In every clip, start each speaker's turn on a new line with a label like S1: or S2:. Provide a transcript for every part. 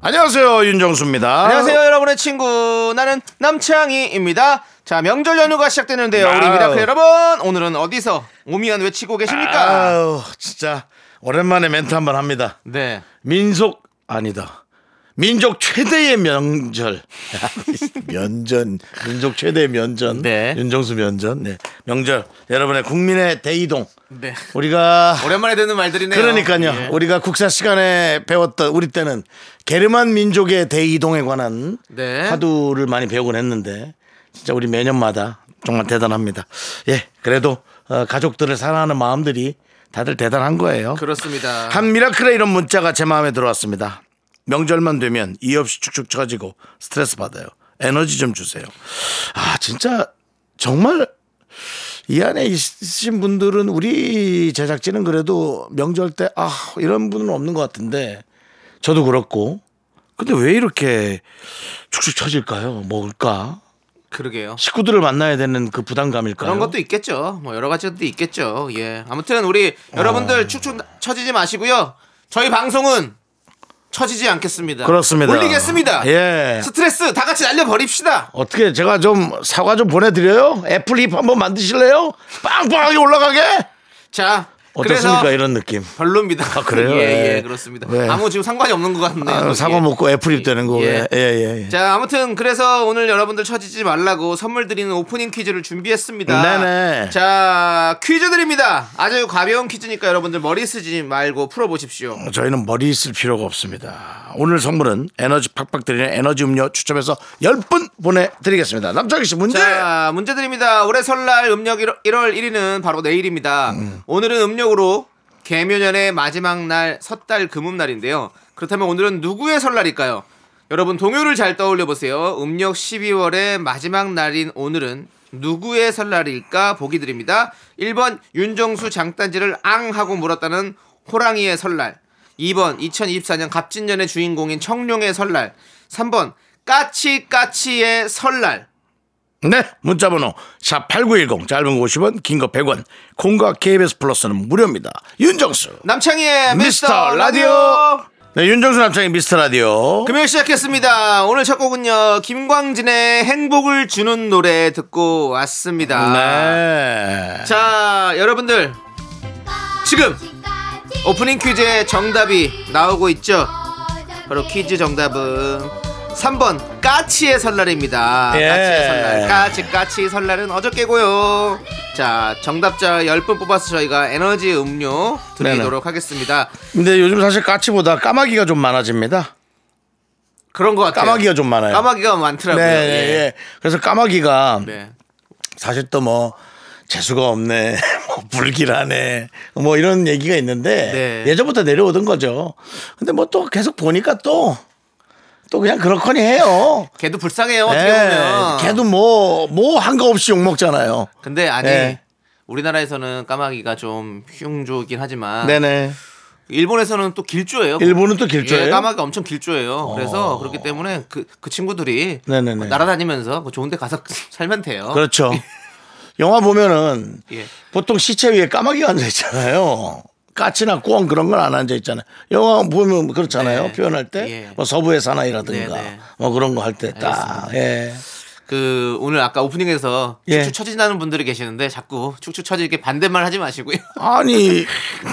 S1: 안녕하세요 윤정수입니다.
S2: 안녕하세요 여러분의 친구 나는 남창희입니다 자 명절 연휴가 시작되는데요 우리
S1: 아우.
S2: 미라클 여러분 오늘은 어디서 오미연 외치고 계십니까
S1: 아우 진짜 오랜만에 멘트 한번 합니다.
S2: 네
S1: 민속 아니다. 민족 최대의 명절 면전 민족 최대의 면전
S2: 네.
S1: 윤정수 면전 네. 명절 여러분의 국민의 대이동
S2: 네.
S1: 우리가
S2: 오랜만에 듣는 말들이네요
S1: 그러니까요
S2: 예.
S1: 우리가 국사 시간에 배웠던 우리 때는 게르만 민족의 대이동에 관한
S2: 네.
S1: 화두를 많이 배우곤 했는데 진짜 우리 매년마다 정말 대단합니다 예 그래도 어, 가족들을 사랑하는 마음들이 다들 대단한 거예요
S2: 그렇습니다
S1: 한 미라클의 이런 문자가 제 마음에 들어왔습니다. 명절만 되면 이 없이 축축 처지고 스트레스 받아요. 에너지 좀 주세요. 아 진짜 정말 이 안에 있으신 분들은 우리 제작진은 그래도 명절 때 아 이런 분은 없는 것 같은데 저도 그렇고 근데 왜 이렇게 축축 처질까요? 먹을까?
S2: 그러게요
S1: 식구들을 만나야 되는 그 부담감일까요?
S2: 그런 것도 있겠죠 뭐 여러 가지도 있겠죠 예 아무튼 우리 여러분들 축축 처지지 마시고요 저희 방송은 처지지 않겠습니다
S1: 그렇습니다.
S2: 올리겠습니다
S1: 예.
S2: 스트레스 다 같이 날려버립시다
S1: 어떻게 제가 좀 사과 좀 보내드려요? 애플 잎 한번 만드실래요? 빵빵하게 올라가게?
S2: 자
S1: 어떻습니까
S2: 그래서
S1: 이런 느낌?
S2: 별로입니다.
S1: 아, 그래요?
S2: 예,
S1: 예.
S2: 예, 그렇습니다.
S1: 왜?
S2: 아무 지금 상관이 없는 것 같네요.
S1: 아,
S2: 거기에.
S1: 사과 먹고 애플 잎 되는 거
S2: 예.
S1: 예. 예, 예, 예.
S2: 자, 아무튼 그래서 오늘 여러분들 처지지 말라고 선물 드리는 오프닝 퀴즈를 준비했습니다.
S1: 네네.
S2: 자, 퀴즈 드립니다. 아주 가벼운 퀴즈니까 여러분들 머리 쓰지 말고 풀어보십시오.
S1: 저희는 머리 쓸 필요가 없습니다. 오늘 선물은 에너지 팍팍 드리는 에너지 음료 추첨해서 10분 보내드리겠습니다. 남창희 씨 문제!
S2: 자, 문제 드립니다. 올해 설날 음력 1월, 1일은 바로 내일입니다.
S1: 음.
S2: 오늘은 음력으로 개묘년의 마지막 날 섣달 금음날인데요. 그렇다면 오늘은 누구의 설날일까요? 여러분 동요를 잘 떠올려 보세요. 음력 12월의 마지막 날인 오늘은 누구의 설날일까 보기 드립니다. 1번 윤정수 장단지를 앙 하고 물었다는 호랑이의 설날. 2번 2024년 갑진년의 주인공인 청룡의 설날. 3번 까치까치의 설날.
S1: 네, 문자번호 샵8910 짧은 거 50원, 긴 거 100원, 콩과 KBS 플러스는 무료입니다. 윤정수! 미스터
S2: 남창희의 미스터 라디오
S1: 라디오. 네, 윤정수 남창희 미스터 라디오.
S2: 금요일 시작했습니다. 오늘 첫 곡은요 김광진의 행복을 주는 노래 듣고 왔습니다. 아.
S1: 네.
S2: 자 여러분들 지금 오프닝 퀴즈의 정답이 나오고 있죠. 바로 퀴즈 정답은 3번 까치의 설날입니다.
S1: 예.
S2: 까치의 설날. 까치 까치 설날은 어저께고요. 자, 정답자 10분 뽑아서 저희가 에너지 음료 드리도록 하겠습니다.
S1: 근데 요즘 사실 까치보다 까마귀가 좀 많아집니다.
S2: 그런 것 같아요.
S1: 까마귀가 좀 많아요.
S2: 까마귀가 많더라고요.
S1: 네,
S2: 예.
S1: 네, 예. 그래서 까마귀가
S2: 네.
S1: 사실 또 뭐 재수가 없네, 뭐 불길하네, 뭐 이런 얘기가 있는데
S2: 네.
S1: 예전부터 내려오던 거죠. 근데 뭐 또 계속 보니까 또 또 그냥 그렇거니 해요.
S2: 걔도 불쌍해요. 어, 어떻게
S1: 네.
S2: 보면.
S1: 걔도 뭐 뭐 한 거 없이 욕 먹잖아요.
S2: 근데 아니
S1: 네.
S2: 우리나라에서는 까마귀가 좀 흉조긴 하지만
S1: 네네.
S2: 일본에서는 또 길조예요. 그
S1: 일본은 또 길조예요? 어.
S2: 예, 까마귀가 엄청 길조예요. 그래서 그렇기 때문에 그, 그 친구들이
S1: 네네네.
S2: 날아다니면서 뭐 좋은 데 가서 살면 돼요.
S1: 그렇죠. 영화 보면은
S2: 어? 예.
S1: 보통 시체 위에 까마귀가 앉아 있잖아요. 까치나 꿩 그런 건 안 앉아 있잖아요. 영화 보면 그렇잖아요.
S2: 네.
S1: 표현할 때
S2: 예.
S1: 뭐 서부의 사나이라든가
S2: 네, 네.
S1: 뭐 그런 거 할 때 딱 예.
S2: 그 오늘 아까 오프닝에서
S1: 예.
S2: 축축 처진다는 분들이 계시는데 자꾸 축축 처지게 반대말 하지 마시고요.
S1: 아니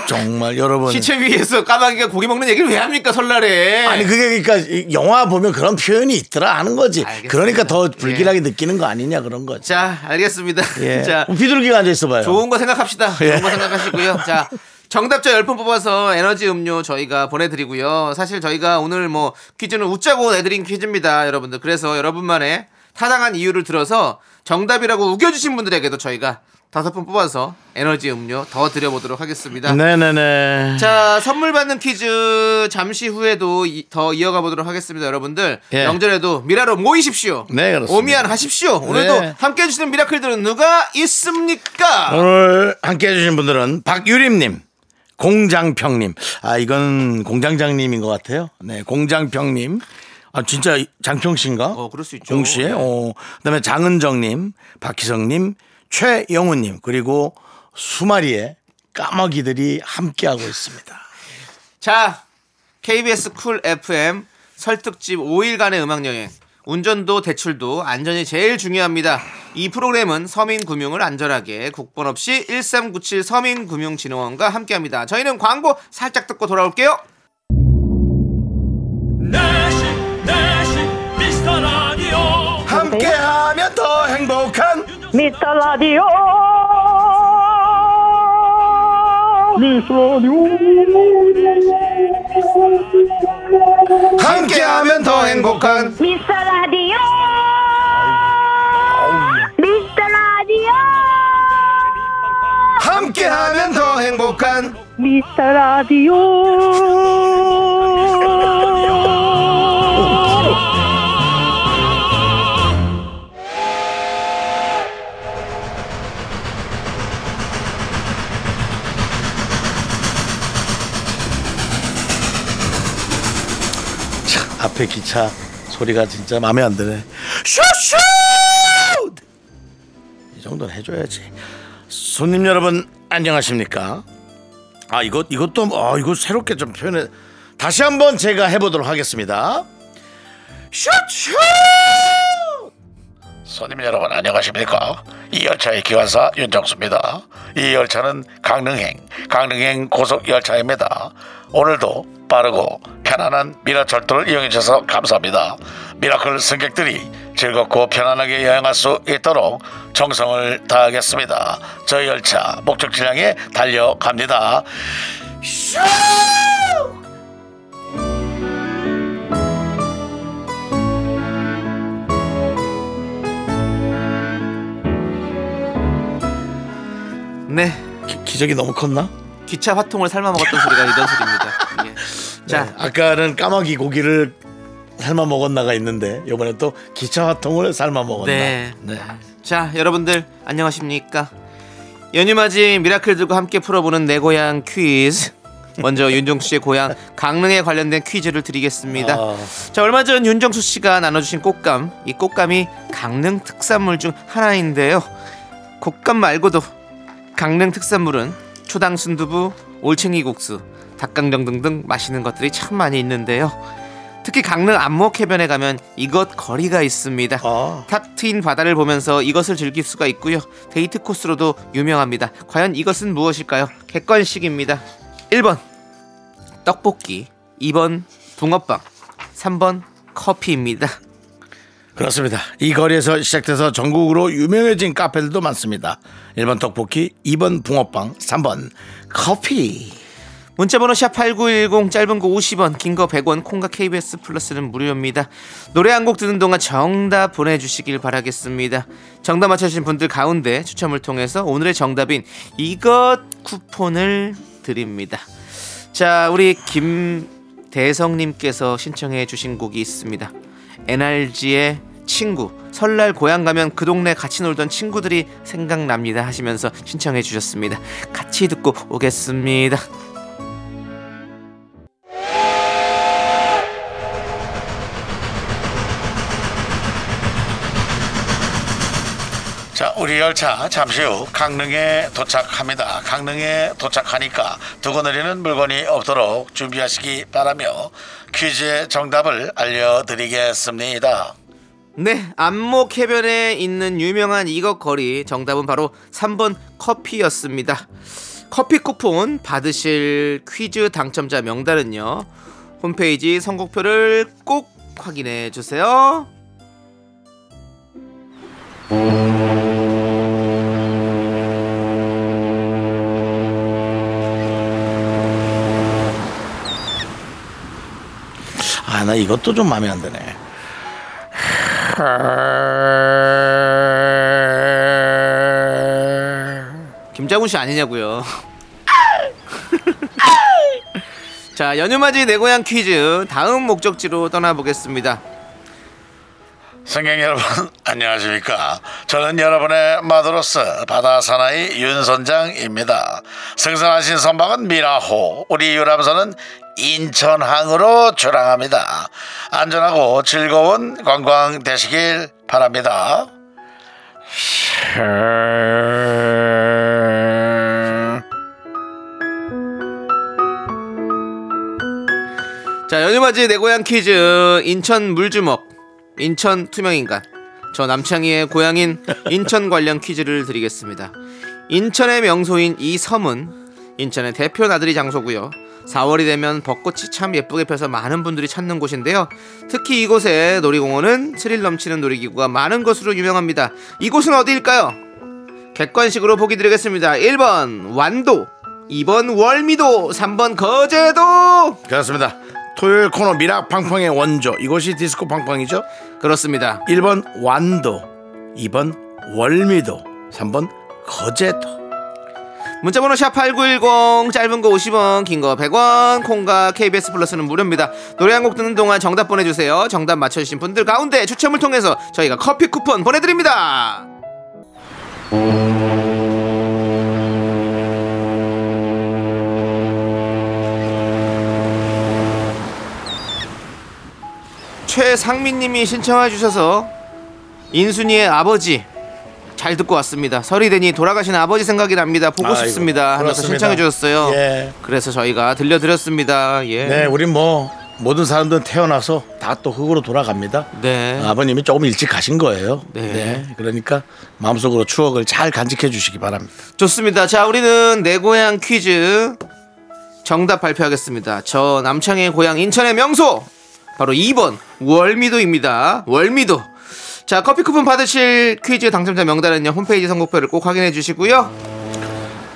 S1: 정말 여러분
S2: 시체 위에서 까마귀가 고기 먹는 얘기를 왜 합니까 설날에?
S1: 아니 그게 그러니까 이 영화 보면 그런 표현이 있더라 하는 거지.
S2: 알겠습니다. 예.
S1: 그러니까 더 불길하게 느끼는 거 아니냐 그런 거지.
S2: 자 알겠습니다.
S1: 예.
S2: 자
S1: 비둘기가 앉아 있어 봐요.
S2: 좋은 거 생각합시다.
S1: 예.
S2: 좋은 거 생각하시고요. 자, 정답자 10분 뽑아서 에너지 음료 저희가 보내드리고요. 사실 저희가 오늘 뭐 퀴즈는 웃자고 내드린 퀴즈입니다. 여러분들. 그래서 여러분만의 타당한 이유를 들어서 정답이라고 우겨주신 분들에게도 저희가 다섯 분 뽑아서 에너지 음료 더 드려보도록 하겠습니다.
S1: 네. 네네네.
S2: 자, 선물 받는 퀴즈 잠시 후에도 이- 더 이어가 보도록 하겠습니다, 여러분들.
S1: 예.
S2: 명절에도 미라로 모이십시오.
S1: 네, 그렇습니다.
S2: 오미안 하십시오. 오늘도
S1: 네.
S2: 함께 해주시는 미라클들은 누가 있습니까?
S1: 오늘 함께 해주신 분들은 박유림님, 공장평님. 아, 이건 공장장님인 것 같아요. 네, 공장평님. 아, 진짜 장평씨인가?
S2: 어, 그럴 수 있죠.
S1: 공씨에?
S2: 네.
S1: 어, 그 다음에 장은정님, 박희성님, 최영우님, 그리고 수마리에 까마귀들이 함께하고 있습니다.
S2: 자, KBS 쿨 FM 설득집 5일간의 음악여행. 운전도 대출도 안전이 제일 중요합니다. 이 프로그램은 서민금융을 안전하게 국번 없이 1397 서민금융진흥원과 함께합니다. 저희는 광고 살짝 듣고 돌아올게요.
S3: 내시 내시 미스터 라디오
S1: 함께하면 더 행복한
S4: 미스터 라디오
S1: 함께하면 더 행복한
S4: 미스터 라디오 미스터 라디오
S1: 함께하면 더 행복한
S4: 미스터 라디오
S1: 차, 앞에 기차 소리가 진짜 마음에 안 드네. 슈슈! 이 정도는 해줘야지. 손님 여러분 안녕하십니까? 아 이것 이것도 아 이거 새롭게 좀 표현해 다시 한번 제가 해보도록 하겠습니다. 슈슈!
S5: 손님 여러분 안녕하십니까? 이 열차의 기관사 윤정수입니다. 이 열차는 강릉행, 강릉행 고속 열차입니다. 오늘도 빠르고 편안한 미라철도를 이용해 주셔서 감사합니다. 미라클 승객들이 즐겁고 편안하게 여행할 수 있도록 정성을 다하겠습니다. 저희 열차 목적지 향해 달려갑니다.
S2: 네.
S1: 기, 기적이 너무 컸나?
S2: 기차 화통을 삶아 먹었던 소리가 이런 소리입니다. 예. 자,
S1: 네, 아까는 까마귀 고기를 삶아 먹었나가 있는데 이번에 또 기차 화통을 삶아 먹었나.
S2: 네. 자, 여러분들 안녕하십니까? 연휴 맞이 미라클들과 함께 풀어보는 내 고향 퀴즈. 먼저 윤정수 씨의 고향 강릉에 관련된 퀴즈를 드리겠습니다.
S1: 아.
S2: 자, 얼마 전 윤정수 씨가 나눠주신 꽃감, 이 꽃감이 강릉 특산물 중 하나인데요. 곶감 말고도 강릉 특산물은 초당 순두부, 올챙이 국수, 닭강정 등등 맛있는 것들이 참 많이 있는데요. 특히 강릉 안목해변에 가면 이것 거리가 있습니다.
S1: 아.
S2: 탁 트인 바다를 보면서 이것을 즐길 수가 있고요. 데이트 코스로도 유명합니다. 과연 이것은 무엇일까요? 객관식입니다. 1번 떡볶이, 2번 붕어빵, 3번 커피입니다.
S1: 그렇습니다. 이 거리에서 시작돼서 전국으로 유명해진 카페들도 많습니다. 1번 떡볶이, 2번 붕어빵, 3번 커피.
S2: 문자번호 샵8910 짧은 거 50원 긴 거 100원 콩과 KBS 플러스는 무료입니다 노래 한 곡 듣는 동안 정답 보내주시길 바라겠습니다 정답 맞춰주신 분들 가운데 추첨을 통해서 오늘의 정답인 이것 쿠폰을 드립니다 자 우리 김대성님께서 신청해 주신 곡이 있습니다 NRG의 친구 설날 고향 가면 그 동네 같이 놀던 친구들이 생각납니다 하시면서 신청해 주셨습니다 같이 듣고 오겠습니다
S5: 자, 우리 열차 잠시 후 강릉에 도착합니다. 강릉에 도착하니까 두고 내리는 물건이 없도록 준비하시기 바라며 퀴즈의 정답을 알려드리겠습니다.
S2: 네, 안목 해변에 있는 유명한 이것 거리 정답은 바로 3번 커피였습니다. 커피 쿠폰 받으실 퀴즈 당첨자 명단은요. 홈페이지 선곡표를 꼭 확인해 주세요.
S1: 아, 나 이것도 좀 마음에 안 드네.
S2: 김자훈 씨 아니냐고요. 자, 연휴맞이 내 고향 퀴즈 다음 목적지로 떠나보겠습니다.
S5: 승객 여러분 안녕하십니까 저는 여러분의 마드로스 바다 사나이 윤선장입니다 승선하신 선박은 미라호 우리 유람선은 인천항으로 출항합니다 안전하고 즐거운 관광 되시길 바랍니다
S2: 자, 연휴맞이 내 고향 퀴즈 인천 물주먹, 인천 투명인간, 저 남창희의 고향인 인천 관련 퀴즈를 드리겠습니다. 인천의 명소인 이 섬은 인천의 대표 나들이 장소고요. 4월이 되면 벚꽃이 참 예쁘게 펴서 많은 분들이 찾는 곳인데요. 특히 이곳의 놀이공원은 스릴 넘치는 놀이기구가 많은 것으로 유명합니다. 이곳은 어디일까요? 객관식으로 보기 드리겠습니다. 1번 완도, 2번 월미도, 3번 거제도.
S1: 그렇습니다. 토요일 코너 미라팡팡의 원조 이것이 디스코 팡팡이죠.
S2: 그렇습니다.
S1: 1번 완도, 2번 월미도, 3번 거제도.
S2: 문자번호 샵8910 짧은 거 50원 긴 거 100원 콩과 KBS 플러스는 무료입니다 노래 한 곡 듣는 동안 정답 보내주세요 정답 맞춰주신 분들 가운데 추첨을 통해서 저희가 커피 쿠폰 보내드립니다 최상민님이 신청해 주셔서 인순이의 아버지 잘 듣고 왔습니다. 설이 되니 돌아가신 아버지 생각이 납니다. 보고
S1: 아이고,
S2: 싶습니다. 하면서
S1: 그렇습니다.
S2: 신청해 주셨어요.
S1: 예.
S2: 그래서 저희가 들려드렸습니다. 예.
S1: 네, 우린 뭐 모든 사람들은 태어나서 다 또 흙으로 돌아갑니다.
S2: 네.
S1: 아버님이 조금 일찍 가신 거예요.
S2: 네.
S1: 그러니까 마음속으로 추억을 잘 간직해 주시기 바랍니다.
S2: 좋습니다. 자, 우리는 내 고향 퀴즈 정답 발표하겠습니다. 저 남창의 고향 인천의 명소 바로 2번 월미도입니다. 월미도. 자, 커피 쿠폰 받으실 퀴즈 당첨자 명단은요. 홈페이지 선곡표를 꼭 확인해 주시고요.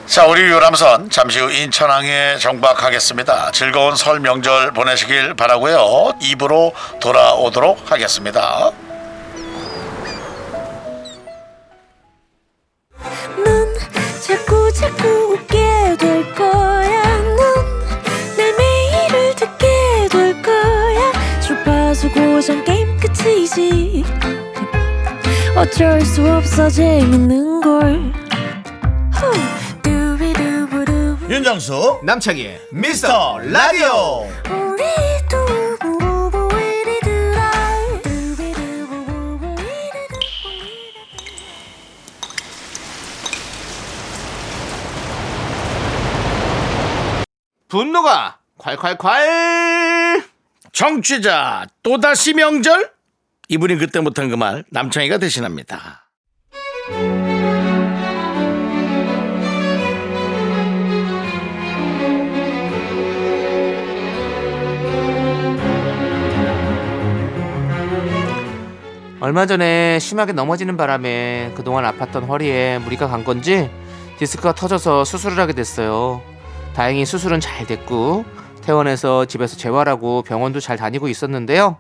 S5: 자, 우리 유람선 잠시 후 인천항에 정박하겠습니다. 즐거운 설 명절 보내시길 바라고요. 입으로 돌아오도록 하겠습니다.
S6: 넌 자꾸 자꾸 웃게 될 거야. 넌내 매일을 듣게 될 거야. 주파수 고정 게임 끝이지. 어쩔 수 없어 재밌는 걸. 후. 두비두부두.
S5: 윤정수
S2: 남창희의
S5: 미스터 라디오.
S6: 우리 두부부부 우리 두라. 두비두부부부 우리 두부부.
S2: 분노가 콸콸콸!
S1: 정취자 또다시 명절? 이분이 그때 못한 그 말 남창희가 대신합니다.
S2: 얼마 전에 심하게 넘어지는 바람에 그동안 아팠던 허리에 무리가 간 건지 디스크가 터져서 수술을 하게 됐어요. 다행히 수술은 잘 됐고 퇴원해서 집에서 재활하고 병원도 잘 다니고 있었는데요.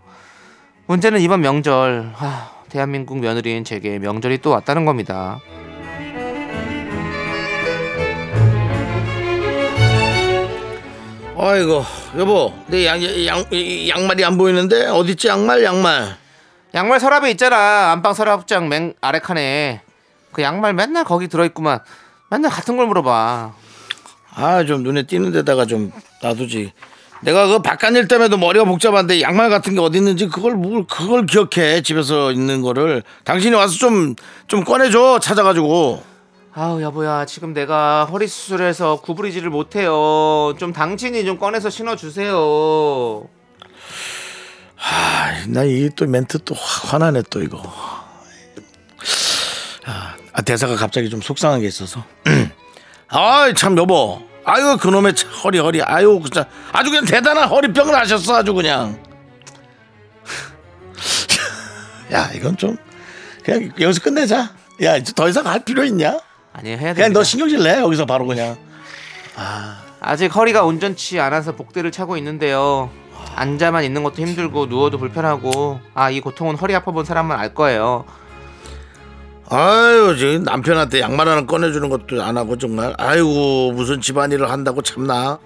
S2: 문제는 이번 명절 하, 대한민국 며느리인 제게 명절이 또 왔다는 겁니다.
S1: 아이고 여보 내 양, 양, 이- 양말이 안 보이는데 어딨지 양말 양말
S2: 양말 서랍에 있잖아. 안방 서랍장 맨 아래 칸에 그 양말 맨날 거기 들어있구만. 맨날 같은 걸 물어봐.
S1: 아 좀 눈에 띄는 데다가 좀 놔두지 내가 그 바깥일 때문에도 머리가 복잡한데 양말 같은 게 어디 있는지 그걸 뭘 그걸 기억해 집에서 있는 거를 당신이 와서 좀 좀 꺼내줘 찾아가지고
S2: 아우 여보야 지금 내가 허리 수술해서 구부리지를 못해요 좀 당신이 좀 꺼내서 신어주세요
S1: 나 이 또 멘트 또 확 화나네 또 이거 아 대사가 갑자기 좀 속상한 게 있어서 아이 참 여보 아유 그놈의 참 허리 허리 아유 진짜 아주 그냥 대단한 허리병을 하셨어 아주 그냥 야 이건 좀 그냥 여기서 끝내자 야 이제 더 이상 할 필요 있냐
S2: 아니 해야
S1: 그냥
S2: 됩니다
S1: 너 신경질 내 여기서 바로 그냥
S2: 아직 허리가 온전치 않아서 복대를 차고 있는데요 앉아만 있는 것도 힘들고 누워도 불편하고 아 이 고통은 허리 아파본 사람만 알 거예요
S1: 아유, 지금 남편한테 양말 하나 꺼내주는 것도 안 하고 정말. 아이고, 무슨 집안일을 한다고 참나.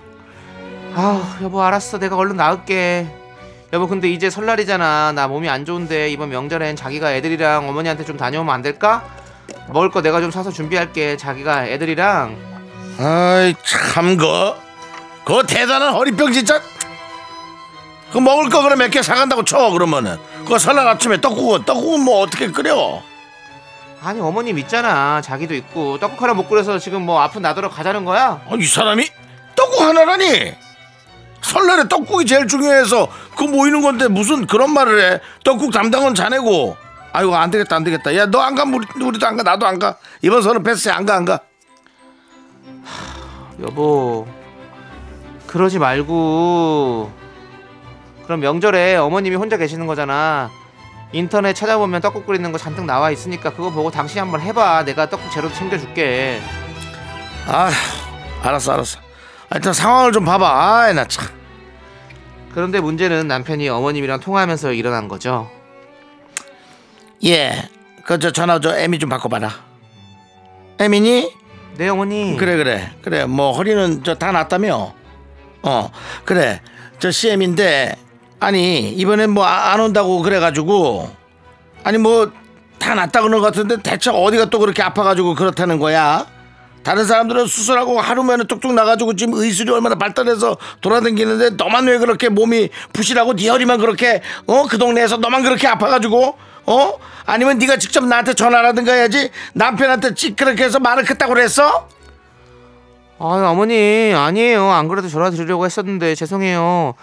S2: 아 여보 알았어 내가 얼른 나을게 여보 근데 이제 설날이잖아 나 몸이 안 좋은데 이번 명절엔 자기가 애들이랑 어머니한테 좀 다녀오면 안 될까? 먹을 거 내가 좀 사서 준비할게 자기가 애들이랑
S1: 아이, 참, 거. 그 대단한 허리병 진짜. 그 먹을 거 그럼 몇 개 사간다고 쳐, 그러면은. 그 설날 아침에 떡국은, 떡국은 뭐 어떻게 끓여?
S2: 아니 어머님 있잖아 자기도 있고 떡국 하나 못 끓여서 지금 뭐 아픈 나더러 가자는 거야?
S1: 아, 이 사람이 떡국 하나라니 설날에 떡국이 제일 중요해서 그 모이는 건데 무슨 그런 말을 해 떡국 담당은 자네고 아이고 안 되겠다 안 되겠다 야 너 안 가 우리, 우리도 안 가 나도 안 가 이번 설은 패스 안가 안 가
S2: 여보 그러지 말고 그럼 명절에 어머님이 혼자 계시는 거잖아 인터넷 찾아보면 떡국 끓이는 거 잔뜩 나와 있으니까 그거 보고 당신이 한번 해봐 내가 떡국 재료도 챙겨줄게
S1: 아 알았어 알았어 아, 일단 상황을 좀 봐봐 아이 나참
S2: 그런데 문제는 남편이 어머님이랑 통화하면서 일어난 거죠.
S1: 예 그 저 전화 저 애미 좀 바꿔봐라 애미니
S2: 네 어머니.
S1: 그래 그래 그래 뭐 허리는 저 다 났다며 어 그래 저 CM인데 아니 이번엔 뭐 안 온다고 그래가지고 아니 뭐 다 났다 그러는 것 같은데 대체 어디가 또 그렇게 아파가지고 그렇다는 거야 다른 사람들은 수술하고 하루면은 뚝뚝 나가지고 지금 의술이 얼마나 발달해서 돌아다니는데 너만 왜 그렇게 몸이 부실하고 네 허리만 그렇게 어 그 동네에서 너만 그렇게 아파가지고 어 아니면 네가 직접 나한테 전화라든가 해야지 남편한테 찌그렇게 해서 말을 그따구로 했어
S2: 아 어머니 아니에요. 안 그래도 전화 드리려고 했었는데 죄송해요.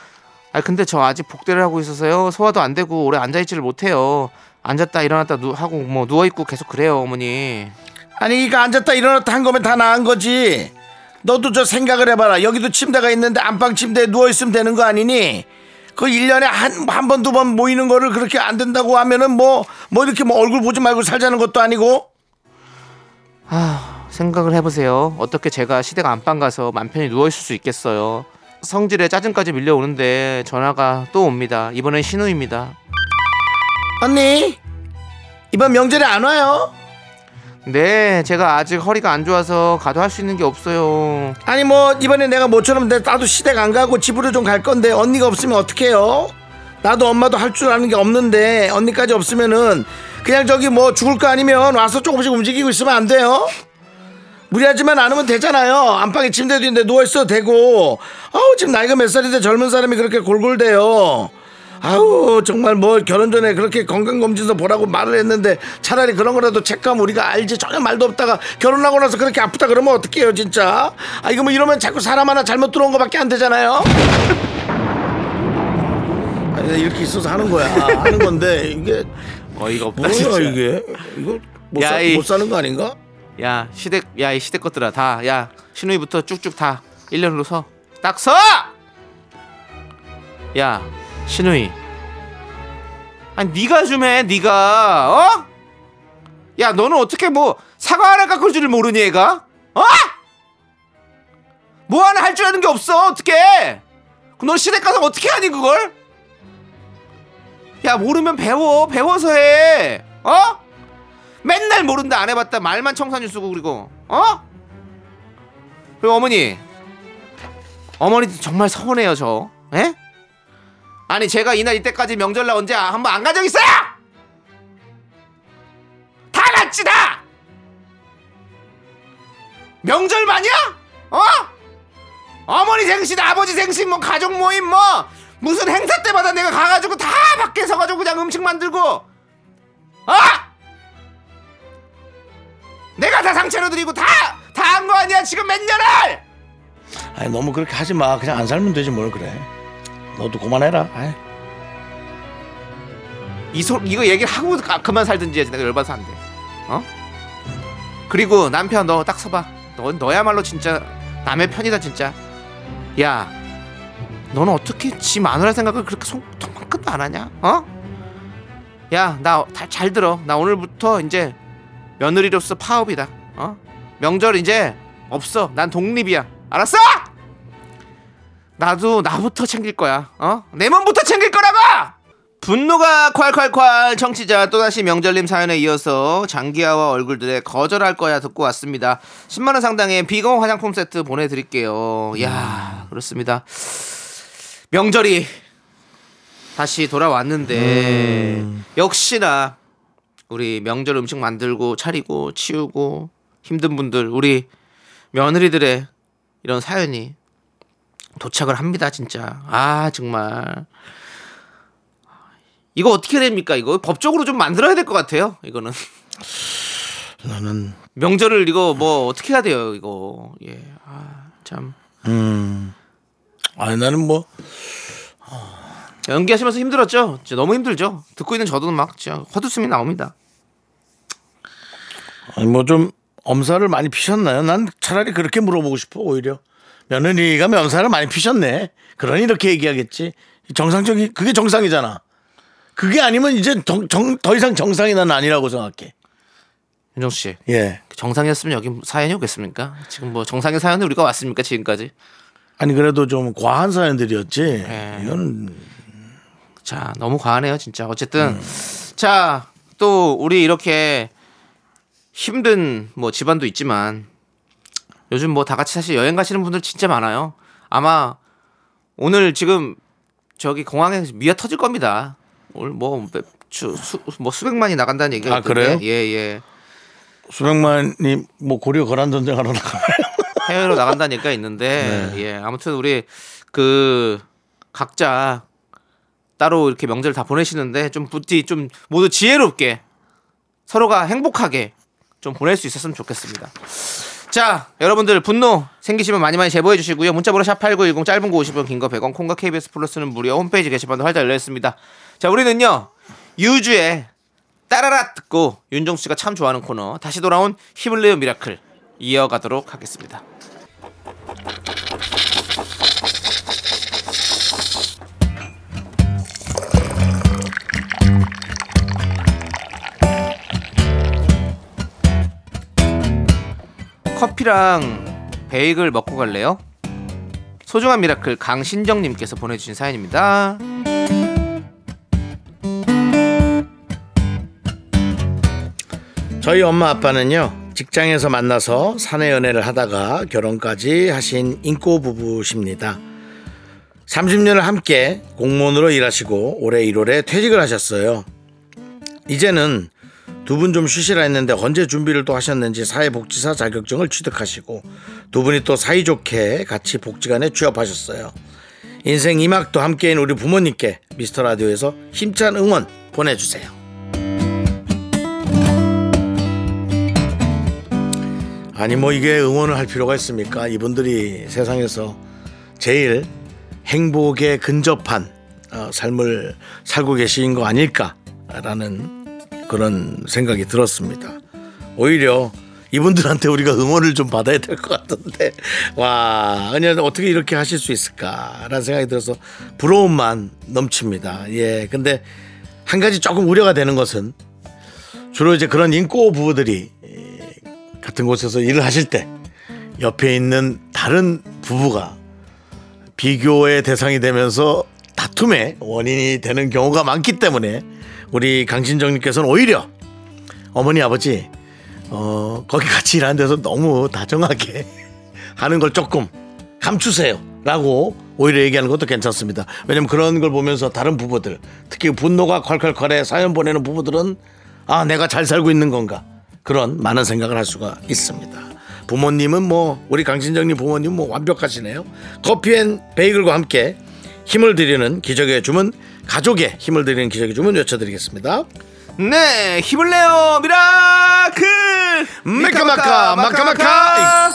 S2: 아 근데 저 아직 복대를 하고 있어서요. 소화도 안 되고 오래 앉아 있지를 못해요. 앉았다 일어났다 누, 하고 뭐 누워 있고 계속 그래요 어머니.
S1: 아니 이거 앉았다 일어났다 한 거면 다 나은 거지 너도 저 생각을 해봐라 여기도 침대가 있는데 안방 침대에 누워있으면 되는 거 아니니 그 1년에 한, 한 번, 두 번 모이는 거를 그렇게 안 된다고 하면은 뭐, 뭐 이렇게 뭐 얼굴 보지 말고 살자는 것도 아니고.
S2: 아 생각을 해보세요. 어떻게 제가 시대가 안방 가서 맘 편히 누워 있을 수 있겠어요. 성질에 짜증까지 밀려오는데 전화가 또 옵니다. 이번엔 신우입니다.
S1: 언니, 이번 명절에 안 와요?
S2: 네, 제가 아직 허리가 안 좋아서 가도 할 수 있는 게 없어요.
S1: 아니 뭐 이번에 내가 모처럼 내 나도 시댁 안 가고 집으로 좀 갈 건데 언니가 없으면 어떡해요? 나도 엄마도 할 줄 아는 게 없는데 언니까지 없으면은 그냥 저기 뭐 죽을 거 아니면 와서 조금씩 움직이고 있으면 안 돼요? 무리하지만 않으면 되잖아요. 안방에 침대도 있는데 누워 있어도 되고. 아우 지금 나이가 몇 살인데 젊은 사람이 그렇게 골골대요. 아우 정말 뭐 결혼 전에 그렇게 건강 검진서 보라고 말을 했는데 차라리 그런 거라도 체크하면 우리가 알지 전혀 말도 없다가 결혼하고 나서 그렇게 아프다 그러면 어떡해요 진짜 아 이거 뭐 이러면 자꾸 사람 하나 잘못 들어온 거밖에 안 되잖아요 아니 이렇게 있어서 하는 거야 하는 건데 이게
S2: 어이가 없다
S1: 뭐야 이게 이거 못,
S2: 야,
S1: 사,
S2: 이-
S1: 못 사는 거 아닌가
S2: 야, 시댁 야, 이 시댁 것들아 다. 야, 신우이부터 쭉쭉 다 1년으로 서. 딱 서! 야, 신우이. 아니 네가 좀 해. 네가. 어? 야, 너는 어떻게 뭐 사과 하나 깎을 줄을 모르니 얘가? 어? 뭐 하나 할 줄 아는 게 없어. 어떻게? 그럼 너 시댁 가서 어떻게 하니 그걸? 야, 모르면 배워. 배워서 해. 어? 맨날 모른다 안 해봤다 말만 청산유 쓰고 그리고 어? 그리고 어머니 어머니 정말 서운해요 저 에? 아니 제가 이날 이때까지 명절날 언제 한번 안 가져 있어요? 다 같이 다 명절만이야? 어? 어머니 생신 아버지 생신 뭐 가족 모임 뭐 무슨 행사 때마다 내가 가가지고 다 밖에 서가지고 그냥 음식 만들고 어? 내가 다 상처로 드리고 다 다 한 거 아니야 지금 몇 년을
S1: 아니 너무 그렇게 하지 마 그냥 안 살면 되지 뭘 그래 너도 그만해라 아이.
S2: 이 소, 이거 얘기를 하고 가- 그만 살든지 해야지 내가 열받아서 안돼 어? 그리고 남편 너 딱 서봐 너, 너야말로 진짜 남의 편이다 진짜 야 너는 어떻게 지 마누라 생각을 그렇게 손톱만큼도 안 하냐 어? 야 나 잘 들어 나 오늘부터 이제 며느리로서 파업이다 어? 명절 이제 없어 난 독립이야 알았어? 나도 나부터 챙길 거야 어? 내 몸부터 챙길 거라고 분노가 콸콸콸 청취자 또다시 명절님 사연에 이어서 장기하와 얼굴들의 거절할 거야 듣고 왔습니다. 10만 원 상당의 비건 화장품 세트 보내드릴게요. 야 그렇습니다. 명절이 다시 돌아왔는데 역시나 우리 명절 음식 만들고 차리고 치우고 힘든 분들 우리 며느리들의 이런 사연이 도착을 합니다 진짜 아 정말 이거 어떻게 됩니까 이거 법적으로 좀 만들어야 될 것 같아요 이거는
S1: 나는
S2: 명절을 이거 뭐 어떻게 해야 돼요 이거 예, 예아참
S1: 아니 나는 뭐
S2: 연기하시면서 힘들었죠 진짜 너무 힘들죠 듣고 있는 저도 막 진짜 헛웃음이 나옵니다
S1: 아니 뭐 좀 엄살을 많이 피셨나요? 난 차라리 그렇게 물어보고 싶어 오히려 며느리가 엄살을 많이 피셨네. 그러니 이렇게 얘기하겠지. 정상적인 그게 정상이잖아. 그게 아니면 이제 정, 정- 더 이상 정상이 난 아니라고 생각해.
S2: 윤정수 씨그
S1: 예.
S2: 정상이었으면 여기 사연이 오겠습니까? 지금 뭐 정상의 사연에 우리가 왔습니까 지금까지?
S1: 아니 그래도 좀 과한 사연들이었지. 예. 이건
S2: 자 너무 과하네요 진짜 어쨌든
S1: 음.
S2: 자 또 우리 이렇게 힘든 뭐 집안도 있지만 요즘 뭐 다 같이 사실 여행 가시는 분들 진짜 많아요 아마 오늘 지금 저기 공항에 미어 터질 겁니다 오늘 뭐, 몇 주, 수, 뭐 수백만이 나간다는 얘기가
S1: 아,
S2: 있던데.
S1: 그래요?
S2: 예예
S1: 수백만이 뭐 고려 거란 전쟁하러 나가요.
S2: 해외로 나간다는 얘기가 있는데 예 아무튼 우리 그 각자 따로 이렇게 명절 다 보내시는데 좀 부디 좀 모두 지혜롭게 서로가 행복하게 좀 보낼 수 있었으면 좋겠습니다. 자, 여러분들 분노 생기시면 많이 많이 제보해 주시고요. 문자번호 샵8910 짧은 거 50원, 긴 거 100원, 콩과 KBS 플러스는 무료 홈페이지 게시판도 활짝 열려 있습니다. 자, 우리는요. 유주의 따라라 듣고 윤정수 씨가 참 좋아하는 코너 다시 돌아온 힘을 내요 미라클 이어가도록 하겠습니다. 커피랑 베이글 먹고 갈래요? 소중한 미라클 강신정님께서 보내주신 사연입니다.
S1: 저희 엄마 아빠는요 직장에서 만나서 사내 연애를 하다가 결혼까지 하신 인꼬 부부십니다. 30년을 함께 공무원으로 일하시고 올해 1월에 퇴직을 하셨어요. 이제는 두 분 좀 쉬시라 했는데 언제 준비를 또 하셨는지 사회복지사 자격증을 취득하시고 두 분이 또 사이좋게 같이 복지관에 취업하셨어요. 인생 이막도 함께인 우리 부모님께 미스터 라디오에서 힘찬 응원 보내주세요. 아니 뭐 이게 응원을 할 필요가 있습니까? 이분들이 세상에서 제일 행복에 근접한 어, 삶을 살고 계신 거 아닐까라는 그런 생각이 들었습니다. 오히려 이분들한테 우리가 응원을 좀 받아야 될 것 같은데 와 아니 어떻게 이렇게 하실 수 있을까라는 생각이 들어서 부러움만 넘칩니다. 예, 근데 한 가지 조금 우려가 되는 것은 주로 이제 그런 인꼬 부부들이 같은 곳에서 일을 하실 때 옆에 있는 다른 부부가 비교의 대상이 되면서 다툼의 원인이 되는 경우가 많기 때문에 우리 강신정님께서는 오히려 어머니 아버지 어 거기 같이 일하는 데서 너무 다정하게 하는 걸 조금 감추세요라고 오히려 얘기하는 것도 괜찮습니다. 왜냐면 그런 걸 보면서 다른 부부들 특히 분노가 콸콸콸에 사연 보내는 부부들은 아 내가 잘 살고 있는 건가 그런 많은 생각을 할 수가 있습니다. 부모님은 뭐 우리 강신정님 부모님 뭐 완벽하시네요. 커피앤 베이글과 함께 힘을 드리는 기적의 주문 가족의 힘을 드리는 기적의 주문 외쳐드리겠습니다.
S2: 네, 힘을 내요 미라클
S1: 메카마카, 마카마카!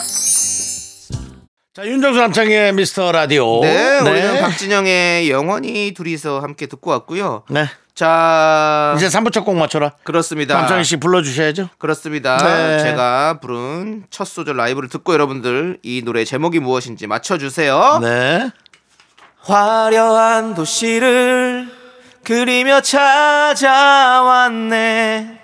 S1: 자 윤정수 남창의 미스터 라디오
S2: 네, 오늘
S1: 네.
S2: 박진영의 영원히 둘이서 함께 듣고 왔고요.
S1: 네.
S2: 자,
S1: 이제 3부 첫 곡 맞춰라.
S2: 그렇습니다.
S1: 남창희 씨 불러주셔야죠.
S2: 그렇습니다.
S1: 네.
S2: 제가 부른 첫 소절 라이브를 듣고 여러분들 이 노래 제목이 무엇인지 맞춰주세요.
S1: 네.
S2: 화려한 도시를 그리며 찾아왔네.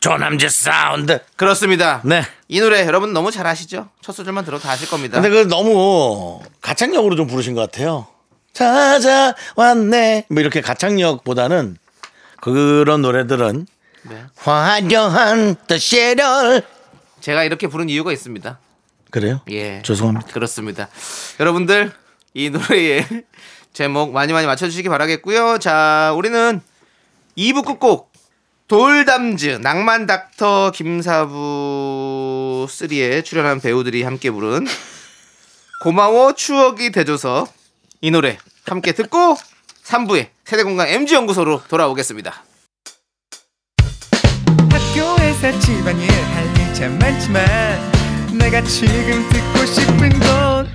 S1: 조남지 사운드.
S2: 그렇습니다.
S1: 네.
S2: 이 노래 여러분 너무 잘 아시죠? 첫 소절만 들어도 다 아실 겁니다.
S1: 근데 그 너무 가창력으로 좀 부르신 것 같아요. 찾아왔네. 뭐 이렇게 가창력보다는 그런 노래들은
S2: 네.
S1: 화려한 뜻이를
S2: 제가 이렇게 부른 이유가 있습니다.
S1: 그래요?
S2: 예.
S1: 죄송합니다.
S2: 그렇습니다. 여러분들 이 노래의 제목 많이 많이 맞춰주시기 바라겠고요. 자, 우리는 2부 끝곡 돌담즈 낭만 닥터 김사부 3에 출연한 배우들이 함께 부른 고마워 추억이 되줘서 이 노래 함께 듣고 3부에 세대공간 MG연구소로 돌아오겠습니다.
S7: 학교에서 집안일 할 일 참 많지만 내가 지금 듣고 싶은 건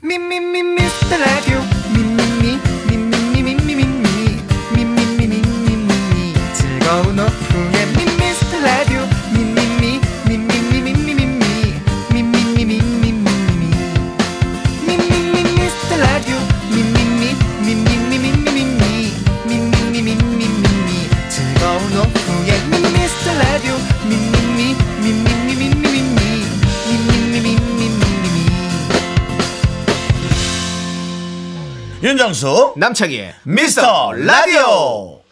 S7: 미미미 미스터 라디오 미미미 미미미미미미 미미미미미미 즐거운 오후에 미스터 라디오 미미미 미미미미미미 미미미미미미미 미미미 미스터 라디오 미미미 미미미미미미 미미미미미미 즐거운 오후에 미스터 라디오 미미미 미미미미미미 미미미미미미미
S1: 윤정수
S2: 남창희의
S1: 미스터 라디오.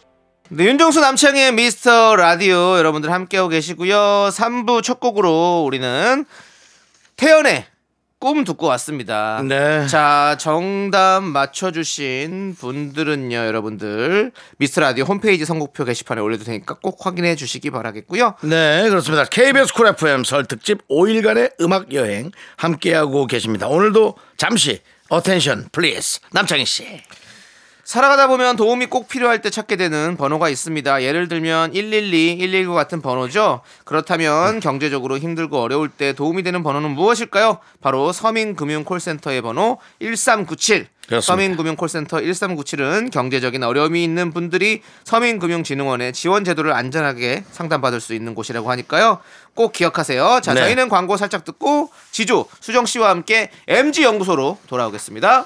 S2: 네, 윤정수 남창의 미스터 라디오 여러분들 함께하고 계시고요. 3부 첫 곡으로 우리는 태연의 꿈 듣고 왔습니다.
S1: 네.
S2: 자, 정답 맞춰주신 분들은요, 여러분들. 미스터 라디오 홈페이지 선곡표 게시판에 올려도 되니까 꼭 확인해 주시기 바라겠고요.
S1: 네, 그렇습니다. KBS 쿨 FM 설 특집 5일간의 음악 여행 함께하고 계십니다. 오늘도 잠시 어텐션 플리즈 남창희 씨.
S2: 살아가다 보면 도움이 꼭 필요할 때 찾게 되는 번호가 있습니다. 예를 들면 112, 119 같은 번호죠.
S1: 네.
S2: 그렇다면 경제적으로 힘들고 어려울 때 도움이 되는 번호는 무엇일까요? 바로 서민금융콜센터의 번호 1397.
S1: 그렇습니다.
S2: 서민금융콜센터 1397은 경제적인 어려움이 있는 분들이 서민금융진흥원의 지원 제도를 안전하게 상담받을 수 있는 곳이라고 하니까요. 꼭 기억하세요. 자,
S1: 네.
S2: 저희는 광고 살짝 듣고 지조, 수정 씨와 함께 MG 연구소로 돌아오겠습니다.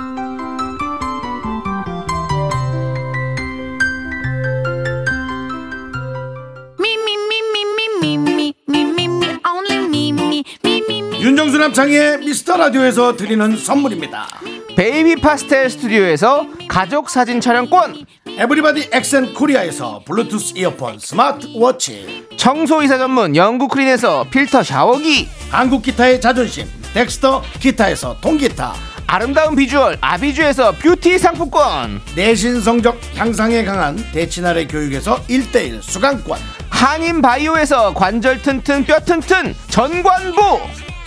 S6: Me, me, me, me, me, me, me, me, me, me, only me, me, me, me, me.
S1: 윤정수 남창희의 미스터 라디오에서 드리는 선물입니다.
S2: 베이비 파스텔 스튜디오에서 가족 사진 촬영권,
S1: 에브리바디 엑센 코리아에서 블루투스 이어폰 스마트워치
S2: 청소 이사 전문 영국 크린에서 필터 샤워기,
S1: 한국 기타의 자존심 덱스터 기타에서 통기타
S2: 아름다운 비주얼 아비주에서 뷰티 상품권,
S1: 내신 성적 향상에 강한 대치나래 교육에서 일대일 수강권
S2: 한인 바이오에서 관절 튼튼 뼈 튼튼 전관부.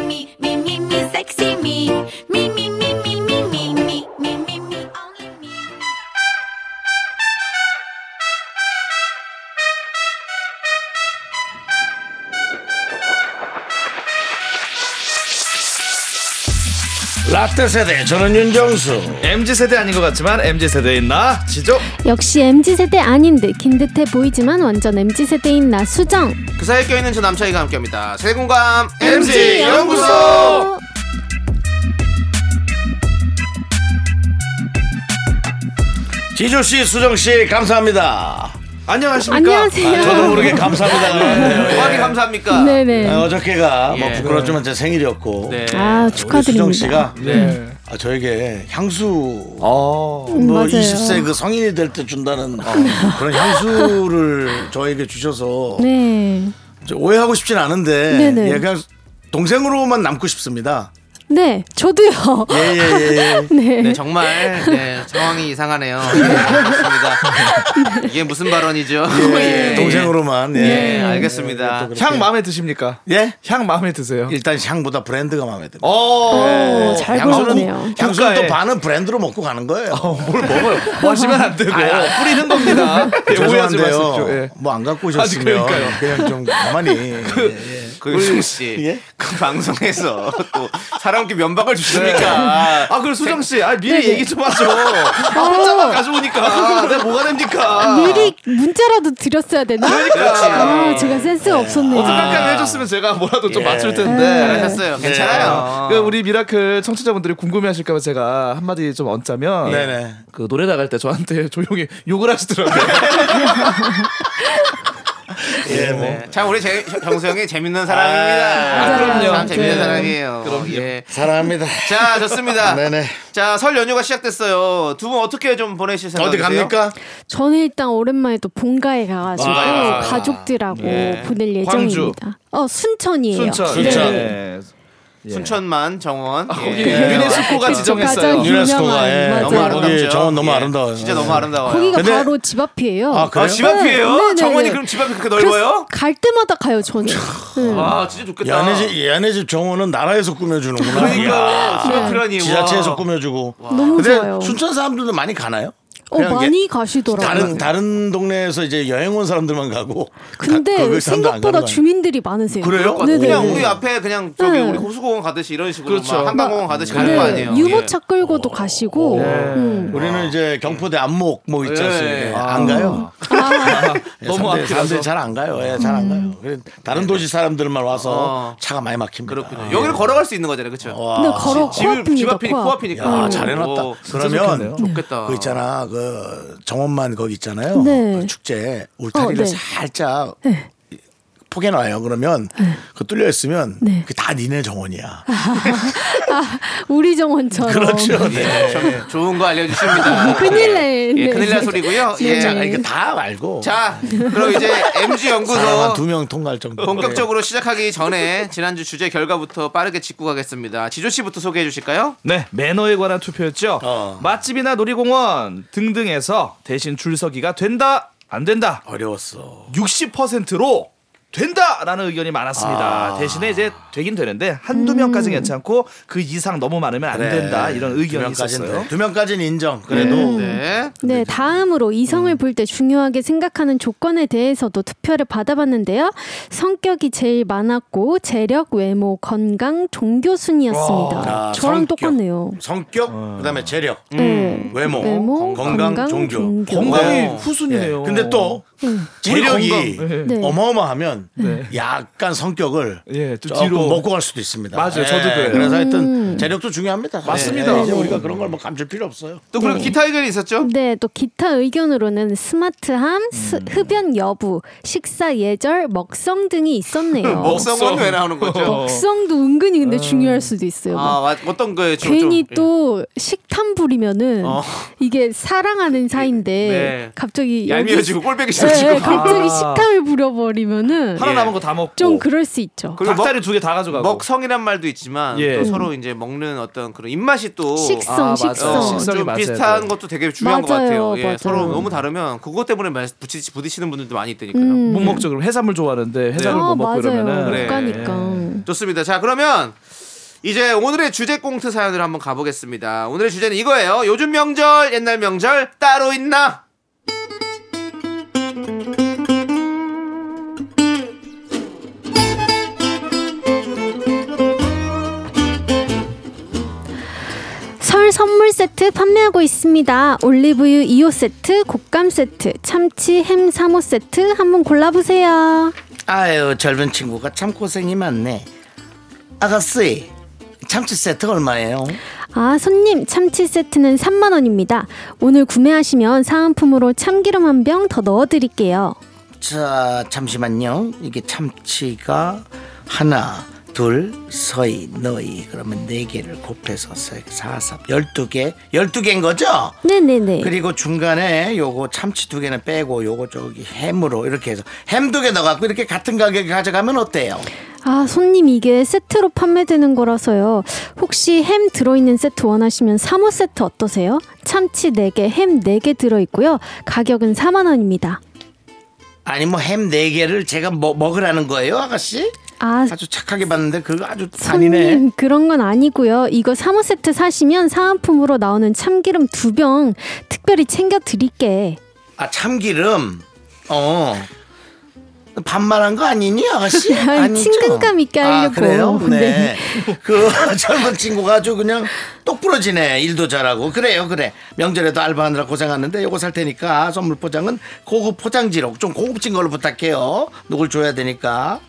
S6: me, me, me, me, sexy me. Me, me, me, me, me, me, me, me, me, me, only me.
S1: 라떼 세대 저는 윤정수
S8: MZ 세대 아닌 것 같지만 MZ 세대인 나 지조.
S9: 역시 MZ세대 아닌 듯긴 듯해 보이지만 완전 MZ세대인 나 수정
S2: 그 사이에 껴있는 저 남창희가 함께합니다 세공감
S1: MG 연구소. 지조씨 수정씨 감사합니다
S8: 안녕하십니까?
S9: 안녕하세요
S1: 저도 모르게 감사합니다
S2: 고맙게 네, 감사합니까
S9: 네네
S1: 아, 어저께가 뭐
S2: 예.
S1: 부끄럽지만 제 생일이었고
S2: 네.
S9: 아
S1: 우리 수정
S9: 축하드립니다
S1: 씨가 아, 저에게 향수
S9: 음,
S1: 뭐
S9: 맞아요. 네.
S1: 20세 그 성인이 될 때 준다는 그런 향수를 저에게 주셔서
S9: 네
S1: 저 오해하고 싶진 않은데
S9: 네네.
S1: 예, 그냥 동생으로만 남고 싶습니다.
S9: 네, 저도요.
S2: 예,
S9: 네.
S2: 네, 정말 네, 상황이 이상하네요. 네, 알겠습니다. 이게 무슨 발언이죠?
S9: 네.
S2: 예, 예.
S1: 동생으로만. 네, 예.
S2: 예, 알겠습니다.
S1: 향
S8: 향 마음에 드십니까?
S1: 예?
S8: 향 마음에 드세요?
S1: 일단 향보다 브랜드가 마음에
S2: 어,
S1: 듭니다.
S8: 오.
S2: 네.
S9: 오, 잘 고르네요.
S1: 향수는, 향수는 또
S8: 평가에.
S1: 반은 브랜드로 먹고 가는 거예요.
S8: 뭘
S2: 뭐,
S8: 먹어요? 마시면 안 되고 뿌리는 겁니다. 예, 오해하지 마십시오. 예.
S1: 죄송한데요. 뭐 안 갖고 오셨으면
S8: 그러니까요.
S1: 그냥 좀 가만히. 예, 예.
S2: 그 수정 씨,
S1: 예?
S2: 그 방송에서 또뭐 사람께 면박을 주십니까?
S8: 아, 그럼 수정 씨, 아, 미리 얘기 좀 하죠. 아, 혼자만 가져오니까 내가 뭐가 됩니까?
S9: 아,
S8: 그러니까.
S9: 미리 문자라도 드렸어야 되나?
S2: 그렇지.
S9: 아, 제가 센스가 없었네요.
S2: 아.
S8: 어떡할까 해줬으면 제가 뭐라도 좀 맞출 텐데.
S2: 예. 잘하셨어요. 괜찮아요.
S8: 그 우리 미라클 청취자분들이 궁금해하실까봐 제가 한마디 좀
S2: 예.
S8: 얹자면
S1: 네네.
S8: 그 노래 나갈 때 저한테 조용히 욕을 하시더라고요.
S1: 예, 뭐.
S2: 참 우리 제, 정수 형이 재밌는 사람입니다.
S8: 아, 그럼요.
S2: 참 재밌는
S8: 네.
S2: 사람이에요. 예.
S1: 사랑합니다.
S2: 자, 좋습니다.
S1: 네네.
S2: 자, 설 연휴가 시작됐어요. 두 분 어떻게 좀 보내실
S1: 어디
S2: 생각이세요?
S1: 갑니까?
S9: 저는 일단 오랜만에 또 본가에 가가지고 가족들하고 보낼 예정입니다. 어 순천이에요.
S8: 순천.
S9: 네.
S1: 순천.
S8: 예.
S2: 순천만 정원. 예.
S8: 거기 유네스코가
S9: 그쵸,
S8: 지정했어요.
S9: 가장 유명한
S1: 예.
S2: 너무
S9: 맞아요.
S2: 아름답죠.
S1: 거기 정원 너무
S2: 예.
S1: 아름다워요.
S2: 진짜 너무 아름다워요.
S9: 거기가
S1: 근데-
S9: 바로 집 앞이에요.
S1: 아, 그래요?
S2: 아, 집 앞이에요?
S9: 네, 네, 네.
S2: 정원이 그럼 집 앞이 그렇게 넓어요?
S9: 그래서 갈 때마다 가요 저는. 네.
S2: 아, 진짜 좋겠다.
S1: 연애 집, 연애 집 정원은 나라에서 꾸며주는구나.
S2: 그러니까 지금
S9: 네.
S2: 그러니
S1: 지자체에서
S2: 와.
S1: 꾸며주고.
S9: 너무
S1: 근데
S9: 좋아요.
S1: 순천 사람들도 많이 가나요?
S9: 어
S1: 그냥 이게
S9: 많이 가시더라고요.
S1: 다른 다른 동네에서 이제 여행 온 사람들만 가고. 가-
S9: 근데
S1: 거기 사람들 안 가는
S9: 생각보다
S1: 거
S9: 주민들이 많으세요.
S1: 그래요?
S9: 네네.
S2: 그냥 우리 앞에 그냥 저기
S9: 네.
S2: 우리 호수공원 가듯이 이런 식으로
S8: 그렇죠.
S2: 막 한강공원 가듯이 가는
S9: 네,
S2: 거 아니에요? 예.
S9: 유모차 끌고도 가시고.
S2: 네.
S1: 어.
S9: 음.
S1: 아니에요? 우리는 이제 경포대 안목 뭐 있지 않습니까?
S2: 예.
S1: 예, 안 가요. 예,
S9: 아,
S8: 너무
S1: 사람들이-
S8: 앞이라서.
S1: 사람들이 잘 안 가요. 예, 잘안 가요. 그래, 다른 도시 사람들만 와서
S2: 음. 네. 어.
S1: 차가 많이 막힙니다. 아.
S2: 그렇군요. 여기를
S1: 예.
S2: 걸어갈 수 있는 거잖아요, 그렇죠?
S9: 근데 걸어
S2: 집, 집
S9: 코앞입니다.
S2: 앞이
S9: 코앞.
S2: 코앞이니까.
S1: 야, 아, 잘 해놨다.
S2: 오,
S1: 어, 그러면
S2: 어. 좋겠다.
S1: 그 있잖아 그 정원만 거기 있잖아요.
S9: 네.
S1: 그 축제 울타리를
S9: 어, 네.
S1: 살짝
S9: 네.
S1: 포개놔요. 그러면 그 뚫려 있으면
S9: 네.
S1: 그게 다 니네 정원이야.
S9: 우리 정원처럼.
S1: 그렇죠. 네.
S2: 참 좋은 거 알려주십니다.
S9: 큰일 날.
S2: 예,
S9: 네.
S2: 큰일 날 소리고요.
S1: 자,
S2: 예. 자,
S1: 아, 이렇게 다 알고
S2: 자, 그럼 이제 MG 연구소
S1: 두명 통과할 정도.
S2: 본격적으로 시작하기 전에 지난주 주제 결과부터 빠르게 짚고 가겠습니다. 지조 씨부터 소개해 주실까요?
S8: 네, 매너에 관한 투표였죠.
S1: 어.
S8: 맛집이나 놀이공원 등등에서 대신 줄 서기가 어, 된다, 안 된다.
S1: 네. 어려웠어.
S8: 60%로 된다라는 의견이
S2: 아.
S8: 많았습니다. 대신에 이제 되긴 되는데 한두 명까지
S2: 음.
S8: 는 괜찮고 그 이상 너무 많으면 안 된다 이런
S1: 네. 두
S8: 의견이
S1: 명까지는
S8: 있었어요.
S1: 돼. 두 명까지는 인정. 그래도
S2: 네.
S9: 네, 다음으로 이성을 볼 때 중요하게 생각하는 조건에 대해서도 투표를 받아봤는데요. 성격이 제일 많았고 재력, 외모, 건강, 종교 순이었습니다.
S1: 아,
S9: 저랑
S1: 성격. 음.
S9: 똑같네요.
S1: 성격, 그다음에 재력,
S9: 네.
S1: 외모,
S9: 외모,
S1: 건강,
S9: 건강,
S1: 종교.
S9: 종교.
S8: 건강이
S2: 어.
S8: 후순위네요.
S1: 근데 또
S8: 우리
S1: 재력이
S8: 건강.
S9: 네.
S1: 어마어마하면
S8: 네.
S1: 약간 성격을
S8: 예, 또
S1: 조금
S8: 뒤로.
S1: 먹고 갈 수도 있습니다.
S8: 맞아요.
S1: 예,
S8: 저도 그래요.
S1: 그래서 하여튼 재력도 중요합니다.
S8: 맞습니다. 네.
S1: 예, 이제 우리가 그런 걸 뭐 감출 필요 없어요.
S2: 또 그리고
S9: 네.
S2: 기타 의견이 있었죠?
S9: 네, 또 기타 의견으로는 스마트함,
S2: 음.
S9: 스- 흡연 여부, 식사 예절, 먹성 등이
S8: 어,
S9: 있었네요.
S2: 먹성은 왜 나오는 거죠?
S9: 먹성도 은근히 근데 중요할 수도 있어요.
S2: 아, 와- 어떤 거에 좀-
S9: 괜히
S2: 좀- 예.
S9: 또 식탐 부리면은
S2: 어.
S9: 이게 사랑하는 사이인데
S2: 네.
S9: 갑자기 여기-
S2: 얄미워지고 꼴배기 싫어
S9: 네,
S2: 지금.
S9: 네,
S8: 아.
S9: 갑자기 식탐을 부려버리면은
S8: 하나
S2: 예.
S8: 남은 거 다 먹고
S9: 좀 그럴 수 있죠.
S2: 그리고 뭐?
S8: 닭다리 두 개 다 가져가고
S2: 먹성이란 말도 있지만
S8: 예.
S2: 또 서로 이제 먹는 어떤 그런 입맛이 또
S9: 식성,
S8: 아, 맞아요.
S9: 식성.
S2: 어,
S8: 식성이
S2: 좀
S8: 맞아야
S2: 비슷한
S8: 돼요.
S2: 것도 되게 중요한 것
S9: 맞아요,
S2: 같아요. 예,
S9: 맞아요.
S2: 서로 너무 다르면 그것 때문에 말- 부치, 부딪히는 분들도 많이 있다니까요.
S9: 음.
S8: 못 먹죠. 그럼 해산물 좋아하는데 해산물
S2: 뭐
S9: 아,
S8: 못 먹고
S9: 맞아요.
S8: 이러면은
S2: 그래.
S9: 못 가니까.
S2: 좋습니다. 자 그러면 이제 오늘의 주제 꽁트 사연을 한번 가보겠습니다. 오늘의 주제는 이거예요. 요즘 명절, 옛날 명절 따로 있나?
S9: 설 선물 세트 판매하고 있습니다. 올리브유 2호 세트, 곶감 세트, 참치 햄 3호 세트 한번 골라보세요.
S1: 아유 젊은 친구가 참 고생이 많네. 아가씨 참치 세트 얼마예요?
S9: 아, 손님, 참치 세트는 3만원입니다. 오늘 구매하시면 사은품으로 참기름 한 병 더 넣어드릴게요.
S1: 자 잠시만요. 이게 참치가 하나 둘 서이 너희 그러면 네 개를 곱해서 세, 사삽 열두 개 열두 개인 거죠?
S9: 네네네.
S1: 그리고 중간에 요거 참치 두 개는 빼고 요거 저기 햄으로 이렇게 해서 햄 두 개 넣어갖고 이렇게 같은 가격에 가져가면 어때요?
S9: 아, 손님 이게 세트로 판매되는 거라서요. 혹시 햄 들어있는 세트 원하시면 3호 세트 어떠세요? 참치 4개, 햄 4개 들어있고요. 가격은 4만원입니다.
S1: 아니 뭐 햄 네개를 제가 먹, 먹으라는 거예요 아가씨?
S9: 아,
S1: 아주 착하게 봤는데 그거 아주 아니네
S9: 손님 그런 건 아니고요. 이거 3호 세트 사시면 사은품으로 나오는 참기름 두 병 특별히 챙겨 드릴게.
S1: 아 참기름 어 반말한 거 아니니 아가씨?
S9: 아니,
S1: 아니죠?
S9: 친근감 있게
S1: 아,
S9: 하려고.
S1: 그래요? 네. 그 젊은 친구가 아주 그냥 똑부러지네 일도 잘하고 그래요 그래 명절에도 알바하느라 고생하는데 요거 살 테니까 선물 포장은 고급 포장지로 좀 고급진 걸로 부탁해요 누굴 줘야 되니까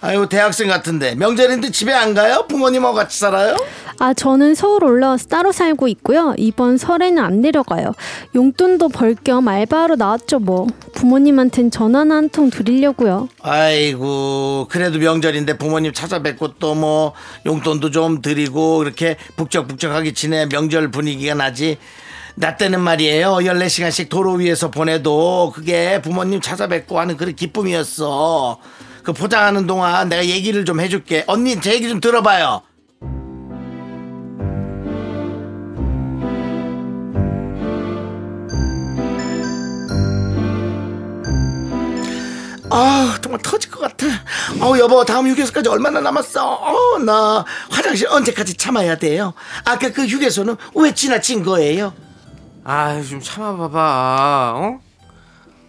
S1: 아유 대학생 같은데 명절인데 집에 안 가요? 부모님하고 같이 살아요?
S9: 아, 저는 서울 올라와서 따로 살고 있고요. 이번 설에는 안 내려가요. 용돈도 벌 겸 알바하러 나왔죠, 뭐. 부모님한텐 전화나 한 통 드리려고요.
S1: 아이고 그래도 명절인데 부모님 찾아뵙고 또 뭐 용돈도 좀 드리고 이렇게 북적북적하게 지내 명절 분위기가 나지 나 때는 말이에요 14시간씩 도로 위에서 보내도 그게 부모님 찾아뵙고 하는 그런 기쁨이었어 그 포장하는 동안 내가 얘기를 좀 해줄게 언니 제 얘기 좀 들어봐요 아 정말 터질 것 같아. 어 여보 다음 휴게소까지 얼마나 남았어? 어 나 화장실 언제까지 참아야 돼요? 아까 그 휴게소는 왜 지나친 거예요?
S2: 아, 좀 참아봐봐. 어?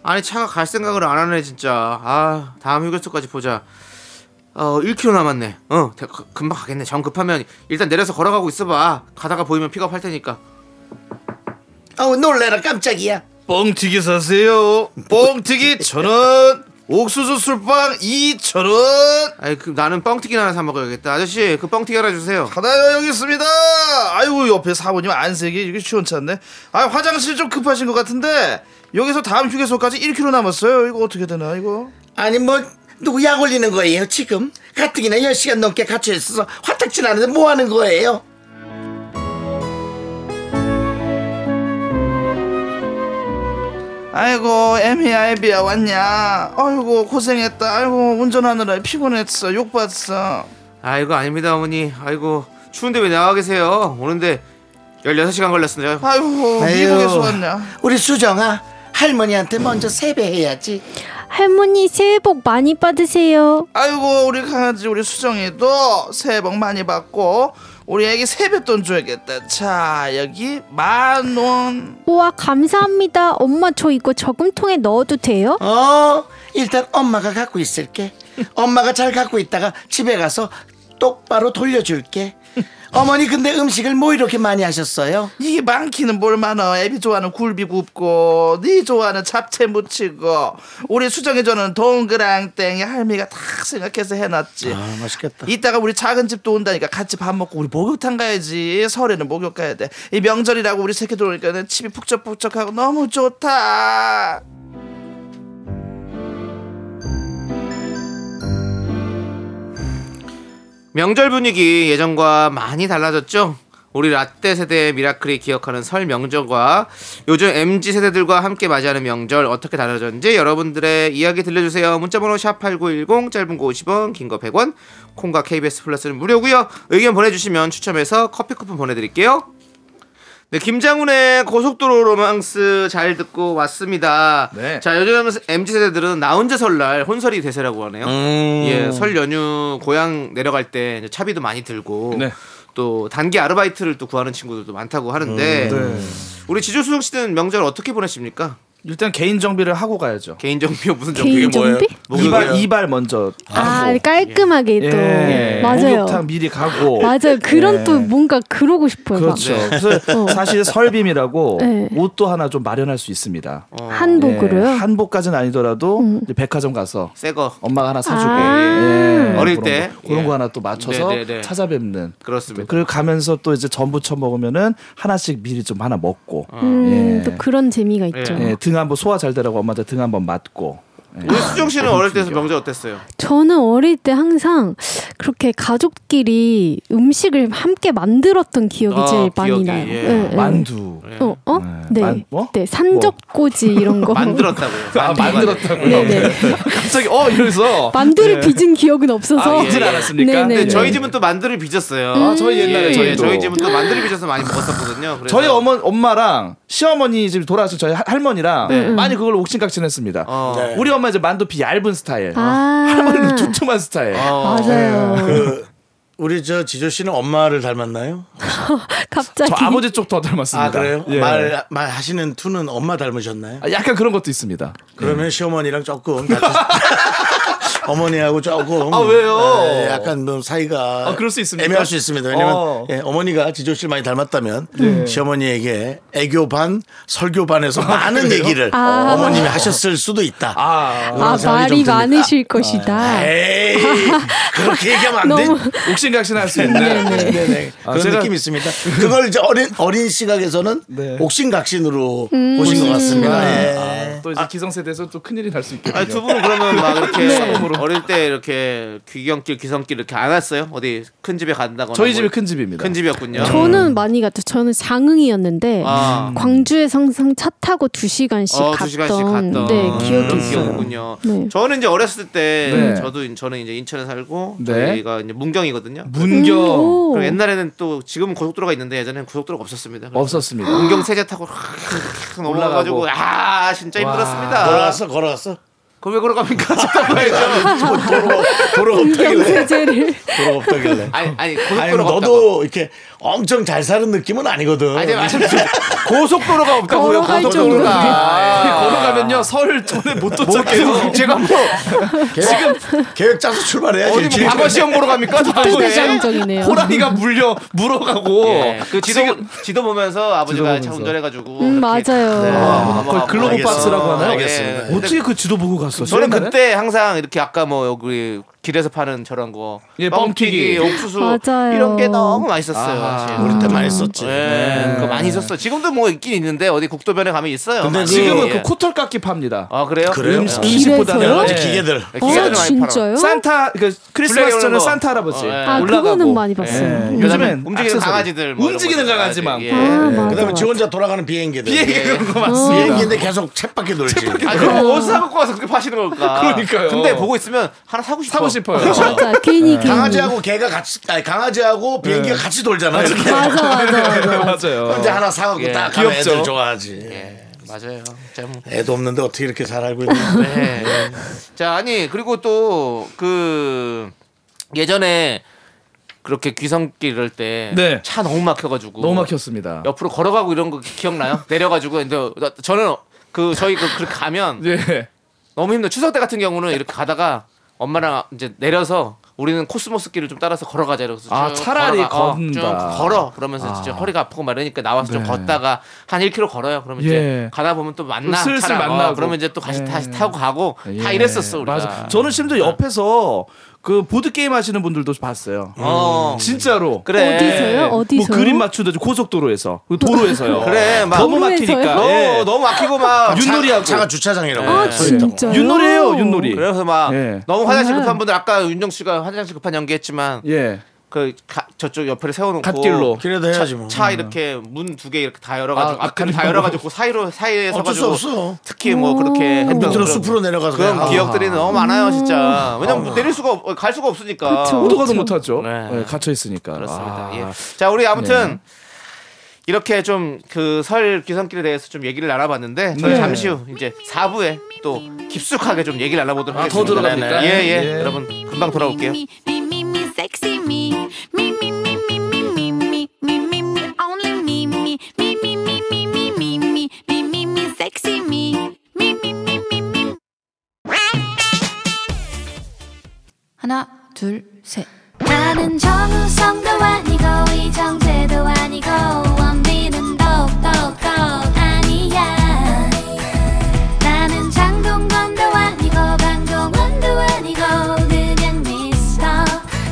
S2: 아니 차가 갈 생각을 안 하네 진짜. 아, 다음 휴게소까지 보자. 어, 1km 남았네. 어, 대- 그- 금방 가겠네. 정 급하면 일단 내려서 걸어가고 있어봐. 가다가 보이면 픽업할 테니까.
S1: 어 놀래라 깜짝이야.
S8: 뻥튀기 사세요. 뻥튀기 천 원. 옥수수 술빵 2천 원.
S2: 아이, 그 나는 뻥튀기 하나 사 먹어야겠다. 아저씨, 그 뻥튀기 하나 주세요.
S8: 하나요 여기 있습니다. 아이고 옆에 사모님 안색이 이게 시원찮네. 아 화장실 좀 급하신 것 같은데 여기서 다음 휴게소까지 1km 남았어요. 이거 어떻게 되나 이거?
S1: 아니 뭐 누구 약 올리는 거예요 지금? 가뜩이나 10시간 넘게 갇혀 있어서 화딱지 나는데 뭐 하는 거예요?
S8: 아이고 애미야애비야 왔냐? 아이고 고생했다. 아이고 운전하느라 피곤했어. 욕 봤어.
S2: 아이고 아닙니다 어머니. 아이고 추운데 왜 나와 계세요? 오는데 16시간 걸렸어요.
S8: 아이고
S1: 에휴.
S8: 미국에서 왔냐?
S1: 우리 수정아 할머니한테 먼저 세배해야지.
S9: 할머니 새해 복 많이 받으세요.
S8: 아이고 우리 강아지 우리 수정이도 새해 복 많이 받고 우리 애기 세뱃돈 줘야겠다. 자 여기 만 원.
S9: 우와, 감사합니다. 엄마 저 이거 저금통에 넣어도 돼요?
S1: 어 일단 엄마가 갖고 있을게 엄마가 잘 갖고 있다가 집에 가서 똑바로 돌려줄게 어머니 근데 음식을 뭐 이렇게 많이 하셨어요?
S8: 이게 많기는 뭘 많아. 애비 좋아하는 굴비 굽고, 네 좋아하는 잡채 무치고, 우리 수정이 저는 동그랑땡이 할미가 다 생각해서
S1: 네.
S8: 해놨지.
S1: 아, 맛있겠다
S8: 이따가 우리 작은 집도 온다니까 같이 밥 먹고 우리 목욕탕 가야지. 설에는 목욕 가야 돼. 이 명절이라고 우리 새끼 들어오니까는 집이 푹적푹적하고 너무 좋다.
S2: 명절 분위기 예전과 많이 달라졌죠? 우리 라떼 세대의 미라클이 기억하는 설 명절과 요즘 MZ 세대들과 함께 맞이하는 명절 어떻게 달라졌는지 여러분들의 이야기 들려주세요. 문자번호 샵8910 짧은 거 50원 긴 거 100원 콩과 KBS 플러스는 무료고요. 의견 보내주시면 추첨해서 커피 쿠폰 보내드릴게요. 네, 김장훈의 고속도로 로망스 잘 듣고 왔습니다.
S8: 네.
S2: 자, 요즘 MZ 세대들은 나 혼자 설날 혼설이 대세라고 하네요.
S8: 음.
S2: 예, 설 연휴 고향 내려갈 때 이제 차비도 많이 들고
S8: 네.
S2: 또 단기 아르바이트를 또 구하는 친구들도 많다고
S8: 음,
S2: 하는데
S8: 네.
S2: 우리 지조수정 씨는 명절 어떻게 보내십니까?
S8: 일단 개인 정비를 하고 가야죠.
S2: 개인 정비요 무슨 정비?
S9: 개인 정비?
S8: 이발, 이발 먼저.
S9: 아, 깔끔하게 또.
S8: 예.
S9: 맞아요.
S8: 목욕탕 미리 가고.
S9: 맞아요. 그런 또 뭔가 그러고 싶어요. 막.
S8: 그렇죠. 그래서
S9: 어.
S8: 사실 설빔이라고
S9: 네.
S8: 옷도 하나 좀 마련할 수 있습니다.
S9: 한복으로요?
S8: 예, 한복까지는 아니더라도 이제 백화점 가서
S2: 새거
S8: 엄마가 하나 사주고
S9: 아.
S8: 예,
S2: 어릴
S8: 그런
S2: 때.
S8: 거, 그런
S2: 예.
S8: 거 하나 또 맞춰서
S2: 네, 네, 네.
S8: 찾아뵙는
S2: 그렇습니다.
S8: 그리고 가면서 또 이제 전부 쳐 먹으면은 하나씩 미리 좀 하나 먹고
S2: 어.
S9: 음,
S8: 예.
S9: 또 그런 재미가 있죠.
S8: 예, 등 한번 소화 잘 되라고 엄마한테 등 한번 맞고 예.
S2: 우리 그 수정 씨는 어릴 때서 명절 어땠어요?
S9: 저는 어릴 때 항상 그렇게 가족끼리 음식을 함께 만들었던 기억이
S2: 아,
S9: 제일 많이
S2: 기억이,
S9: 나요.
S2: 예.
S9: 예, 예.
S8: 만두
S9: 어, 어? 네.
S8: 만- 뭐?
S9: 네, 산적꼬지 이런 거.
S2: 만들었다고요.
S8: 아, 만들었다고요?
S9: 네네.
S8: 갑자기 어 이러면서 네.
S9: 만두를 빚은 기억은 없어서.
S8: 아, 빚을 알았습니까?
S9: 네네.
S2: 근데 저희 집은 또 만두를 빚었어요.
S8: 아, 저희 옛날에
S2: 예,
S8: 저희도.
S2: 저희 집은 또 만두를 빚어서 많이 먹었었거든요. 그래서
S8: 저희 어머 엄마랑 시어머니 집 돌아서 저희 할- 할머니랑
S9: 음.
S8: 많이 그걸 옥신각신했습니다.
S2: 네. 어.
S1: 네.
S8: 우리 엄마 이제 만두피 얇은 스타일,
S9: 아.
S8: 할머니는 촘촘한 스타일.
S2: 어.
S8: 어,
S9: 맞아요.
S8: 예.
S1: 그 우리 저 지조 씨는 엄마를 닮았나요?
S9: 갑자기.
S8: 저 아버지 쪽 더 닮았습니다.
S1: 아 그래요?
S8: 예.
S1: 말 말하시는 투는 엄마 닮으셨나요?
S8: 아, 약간 그런 것도 있습니다. 예.
S1: 그러면 시어머니랑 조금 같으시- 어머니하고 조금
S8: 아, 왜요?
S1: 예, 약간 뭐 사이가
S8: 아, 그럴 수 있습니까?
S1: 애매할 수 있습니다. 왜냐면
S8: 어. 네.
S1: 예, 어머니가 지조 씨를 많이 닮았다면 시어머니에게 애교 반 설교 반에서 많은 얘기를
S9: 아.
S1: 어머님이 하셨을 수도 있다.
S8: 아
S9: 아,
S1: 그런 생각이 좀
S9: 말이
S1: 듭니다.
S8: 예.
S9: 많으실 것이다.
S1: 에이 그렇게 얘기하면 안 돼.
S9: 너무
S8: 옥신각신할 수
S1: 네,
S8: 있는.
S1: 네, 네, 네.
S8: 아,
S1: 그런
S8: 제가-
S1: 느낌이 있습니다. 그걸 이제 어린 어린 시각에서는
S8: 네.
S1: 옥신각신으로
S9: 음.
S1: 보신 것 같습니다. 예.
S8: 아, 또 이제 기성세대에서 또 큰일이 날 수 있겠네요. 네.
S2: 아니, 두 분은 그러면 막 이렇게 어릴 때 이렇게 귀경길, 귀성길 이렇게 안 왔어요? 어디 큰 집에 간다거나.
S8: 저희
S2: 뭐
S8: 집이 큰 집입니다.
S2: 큰 집이었군요.
S9: 저는 많이 갔죠. 저는 장흥이었는데
S2: 아.
S9: 광주에 항상 차 타고 두 시간씩
S2: 어,
S9: 갔던,
S2: 두 시간씩 갔던
S9: 네
S2: 그런
S9: 기억이 있어요.
S2: 기억이군요.
S9: 네.
S2: 저는 이제 어렸을 때
S8: 네.
S2: 저도 인- 저는 이제 인천에 살고
S8: 네.
S2: 저희가 이제 문경이거든요.
S8: 문경
S9: 음, 오.
S2: 그럼 옛날에는 또 지금은 고속도로가 있는데 예전에는 고속도로가 없었습니다. 그래서
S8: 없었습니다.
S2: 문경 세제 타고 넘어가가지고 아 진짜 힘들었습니다.
S1: 걸어갔어, 걸어갔어.
S2: 그왜 걸어갑니까? 잠깐만요.
S1: 도로 없다길래.
S9: 경세제를
S2: 네.
S1: 도로 없다길래.
S2: 아니 아니
S1: 아니
S2: 고속도로가 없다고.
S1: 너도 이렇게 엄청 잘 사는 느낌은 아니거든.
S2: 아니 말씀드려 고속도로가 아, 예. 없다고요.
S9: 걸어갈 정도로.
S8: 걸어가면요 서울 전에 못 도착해요.
S2: 제가 뭐
S1: 계획, 계획 짜서 출발해야지.
S2: 어디 뭐 과거 시험 보러 갑니까?
S9: 대장정이네요.
S8: 호랑이가 물려 물어가고
S2: 예, 그 지도 지도 보면서 아버지가 차
S8: 보면서.
S2: 운전해가지고
S9: 음,
S2: 이렇게 네,
S9: 맞아요.
S2: 넘어가고 넘어가고.
S8: 글로벌
S1: 알겠어.
S8: 박스라고 하나요?
S2: 알겠습니다.
S8: 예. 어떻게 그 지도 보고 갔어?
S2: 저는 그때 항상 이렇게 아까 뭐 여기 길에서 파는 저런 거
S8: 예, 뻥튀기.
S2: 뻥튀기, 옥수수
S9: 맞아요.
S2: 이런 게 너무 맛있었어요.
S8: 아하.
S2: 사실.
S1: 우리 때 많이 썼지.
S2: 예, 그거 많이 있었어. 지금도 뭐 있긴 있는데 어디 국도변에 가면 있어요.
S1: 근데
S2: 많이.
S8: 지금은
S2: 예.
S8: 그 코털 깎기 팝니다.
S2: 아 그래요?
S1: 그래요?
S8: 음식,
S9: 길에서요?
S8: 음식보다는
S1: 여러 가지
S8: 예.
S1: 기계들.
S2: 예,
S9: 어
S2: 기계들 많이 팔아.
S9: 진짜요?
S8: 산타 그 크리스마스 전에
S2: 거.
S8: 산타 할아버지
S2: 어, 예.
S9: 아,
S8: 올라가고
S9: 그거는 많이 봤어요.
S8: 예.
S9: 음.
S8: 요즘엔
S2: 움직이는
S8: 액세서리.
S2: 강아지들 뭐 이런
S8: 움직이는
S2: 것들
S8: 강아지만
S2: 가야지.
S9: 아,
S2: 예.
S9: 맞아,
S1: 그다음에
S9: 맞아.
S1: 지 혼자 돌아가는 비행기들.
S8: 비행기 그런 거
S1: 어.
S8: 맞습니다.
S1: 비행기인데 계속 쳇바퀴 돌지.
S2: 아 그럼 어디서 사갖고 와서 그렇게 파시는 걸까?
S8: 그러니까요.
S2: 근데 보고 있으면 하나 사고 싶어.
S8: 사고
S2: 그렇죠?
S8: 싶어요.
S9: 맞아
S2: 네.
S9: 괜히 괜히
S1: 강아지하고 개가 같이 아니, 강아지하고 비행기가 같이 돌잖아. 이렇게.
S9: 맞아 맞아 맞아.
S8: 어, 네, 맞아요.
S1: 혼자 하나 사갖고
S2: 예.
S1: 딱 하면
S8: 귀엽죠?
S1: 애들 좋아하지.
S2: 예, 맞아요. 참.
S1: 애도 없는데 어떻게 이렇게 잘 알고 있냐.
S2: 네. 자, 아니 그리고 또 그 예전에 그렇게 귀성길 이럴 때 차
S8: 네.
S2: 너무 막혀가지고
S8: 너무 막혔습니다.
S2: 아. 옆으로 걸어가고 이런 거 기억나요? 내려가지고 근데 나- 저는 그 저희 그 그렇게 가면
S8: 예.
S2: 너무 힘들어. 추석 때 같은 경우는 이렇게 가다가 엄마랑 이제 내려서 우리는 코스모스 길을 좀 따라서 걸어가자 이러고서
S8: 아,
S2: 쭉
S8: 차라리
S2: 걸어가. 어, 쭉
S8: 걷는다.
S2: 걸어 그러면서 진짜 허리가 아프고 말하니까 나와서 좀
S8: 네.
S2: 걷다가 한 1km 걸어요. 그러면 이제
S8: 예.
S2: 가다 보면 또 만나
S8: 슬슬
S2: 차랑. 어,
S8: 만나고.
S2: 그러면 이제 또 다시
S8: 예.
S2: 다시 타고 가고 다
S8: 예.
S2: 이랬었어 우리가.
S8: 맞아. 저는 심지어 옆에서 그 보드 게임 하시는 분들도 봤어요.
S2: 어.
S8: 진짜로.
S2: 그래.
S9: 어디서요? 어디서요?
S8: 뭐 그림 맞춘다 고속도로에서 그 도로에서요.
S2: 그래, 막
S8: 너무
S9: 도로에서요?
S8: 막히니까.
S2: 너무
S8: 예.
S2: 너무 막히고 막
S8: 윷- 윷놀이하고.
S1: 차가 주차장이라고.
S9: 아
S1: 예.
S9: 진짜
S8: 네. 윷놀이예요, 윷놀이.
S2: 그래서 막
S8: 예.
S2: 너무 화장실
S9: 정말.
S2: 급한 분들 아까 윤정 씨가 화장실 급한 연기했지만
S8: 예.
S2: 그 가- 저쪽 옆에를 세워놓고
S8: 갓길로.
S1: 그래도 해야지 뭐.
S2: 차 이렇게 문 두 개 이렇게 다 열어가지고
S8: 아,
S2: 앞을 다
S8: 그래요?
S2: 열어가지고 그 사이로 사이에
S1: 어쩔 수
S2: 서가지고
S1: 없어.
S2: 특히 뭐 그렇게
S9: 음.
S2: 했던
S1: 밑으로
S2: 그런-
S1: 숲으로 내려가서
S2: 그런
S1: 그냥, 아,
S2: 기억들이 너무 많아요 진짜 왜냐면 뭐 내릴 수가 없, 갈 수가 없으니까
S9: 그쵸.
S8: 보도 가도 못하죠.
S2: 네.
S8: 예, 갇혀 있으니까.
S2: 그렇습니다
S8: 아. 네.
S2: 예. 자 우리 아무튼 이렇게 좀 그 설 귀성길에 대해서 좀 얘기를 나눠봤는데 저희
S8: 네.
S2: 잠시 후 이제 4부에 또 깊숙하게 좀 얘기를 나눠보도록
S8: 아, 더
S2: 하겠습니다
S8: 들어갑니까?
S2: 예 예.
S8: 예.
S2: 여러분 금방 돌아올게요
S6: Me, me, me, me, sexy me. Me, me, me, me, me, me, me, me, me, me, only me, me. Me, me, me, me, me, me, me, me, me, me, sexy me. Me, me, me, me, me.
S10: 하나, 둘, 셋.
S6: 나는 정우성도 아니고 이정재도 아니고 원빈은 더욱더 아니야 나는 장동건도 아니고 강동원도 아니고 그냥 미스터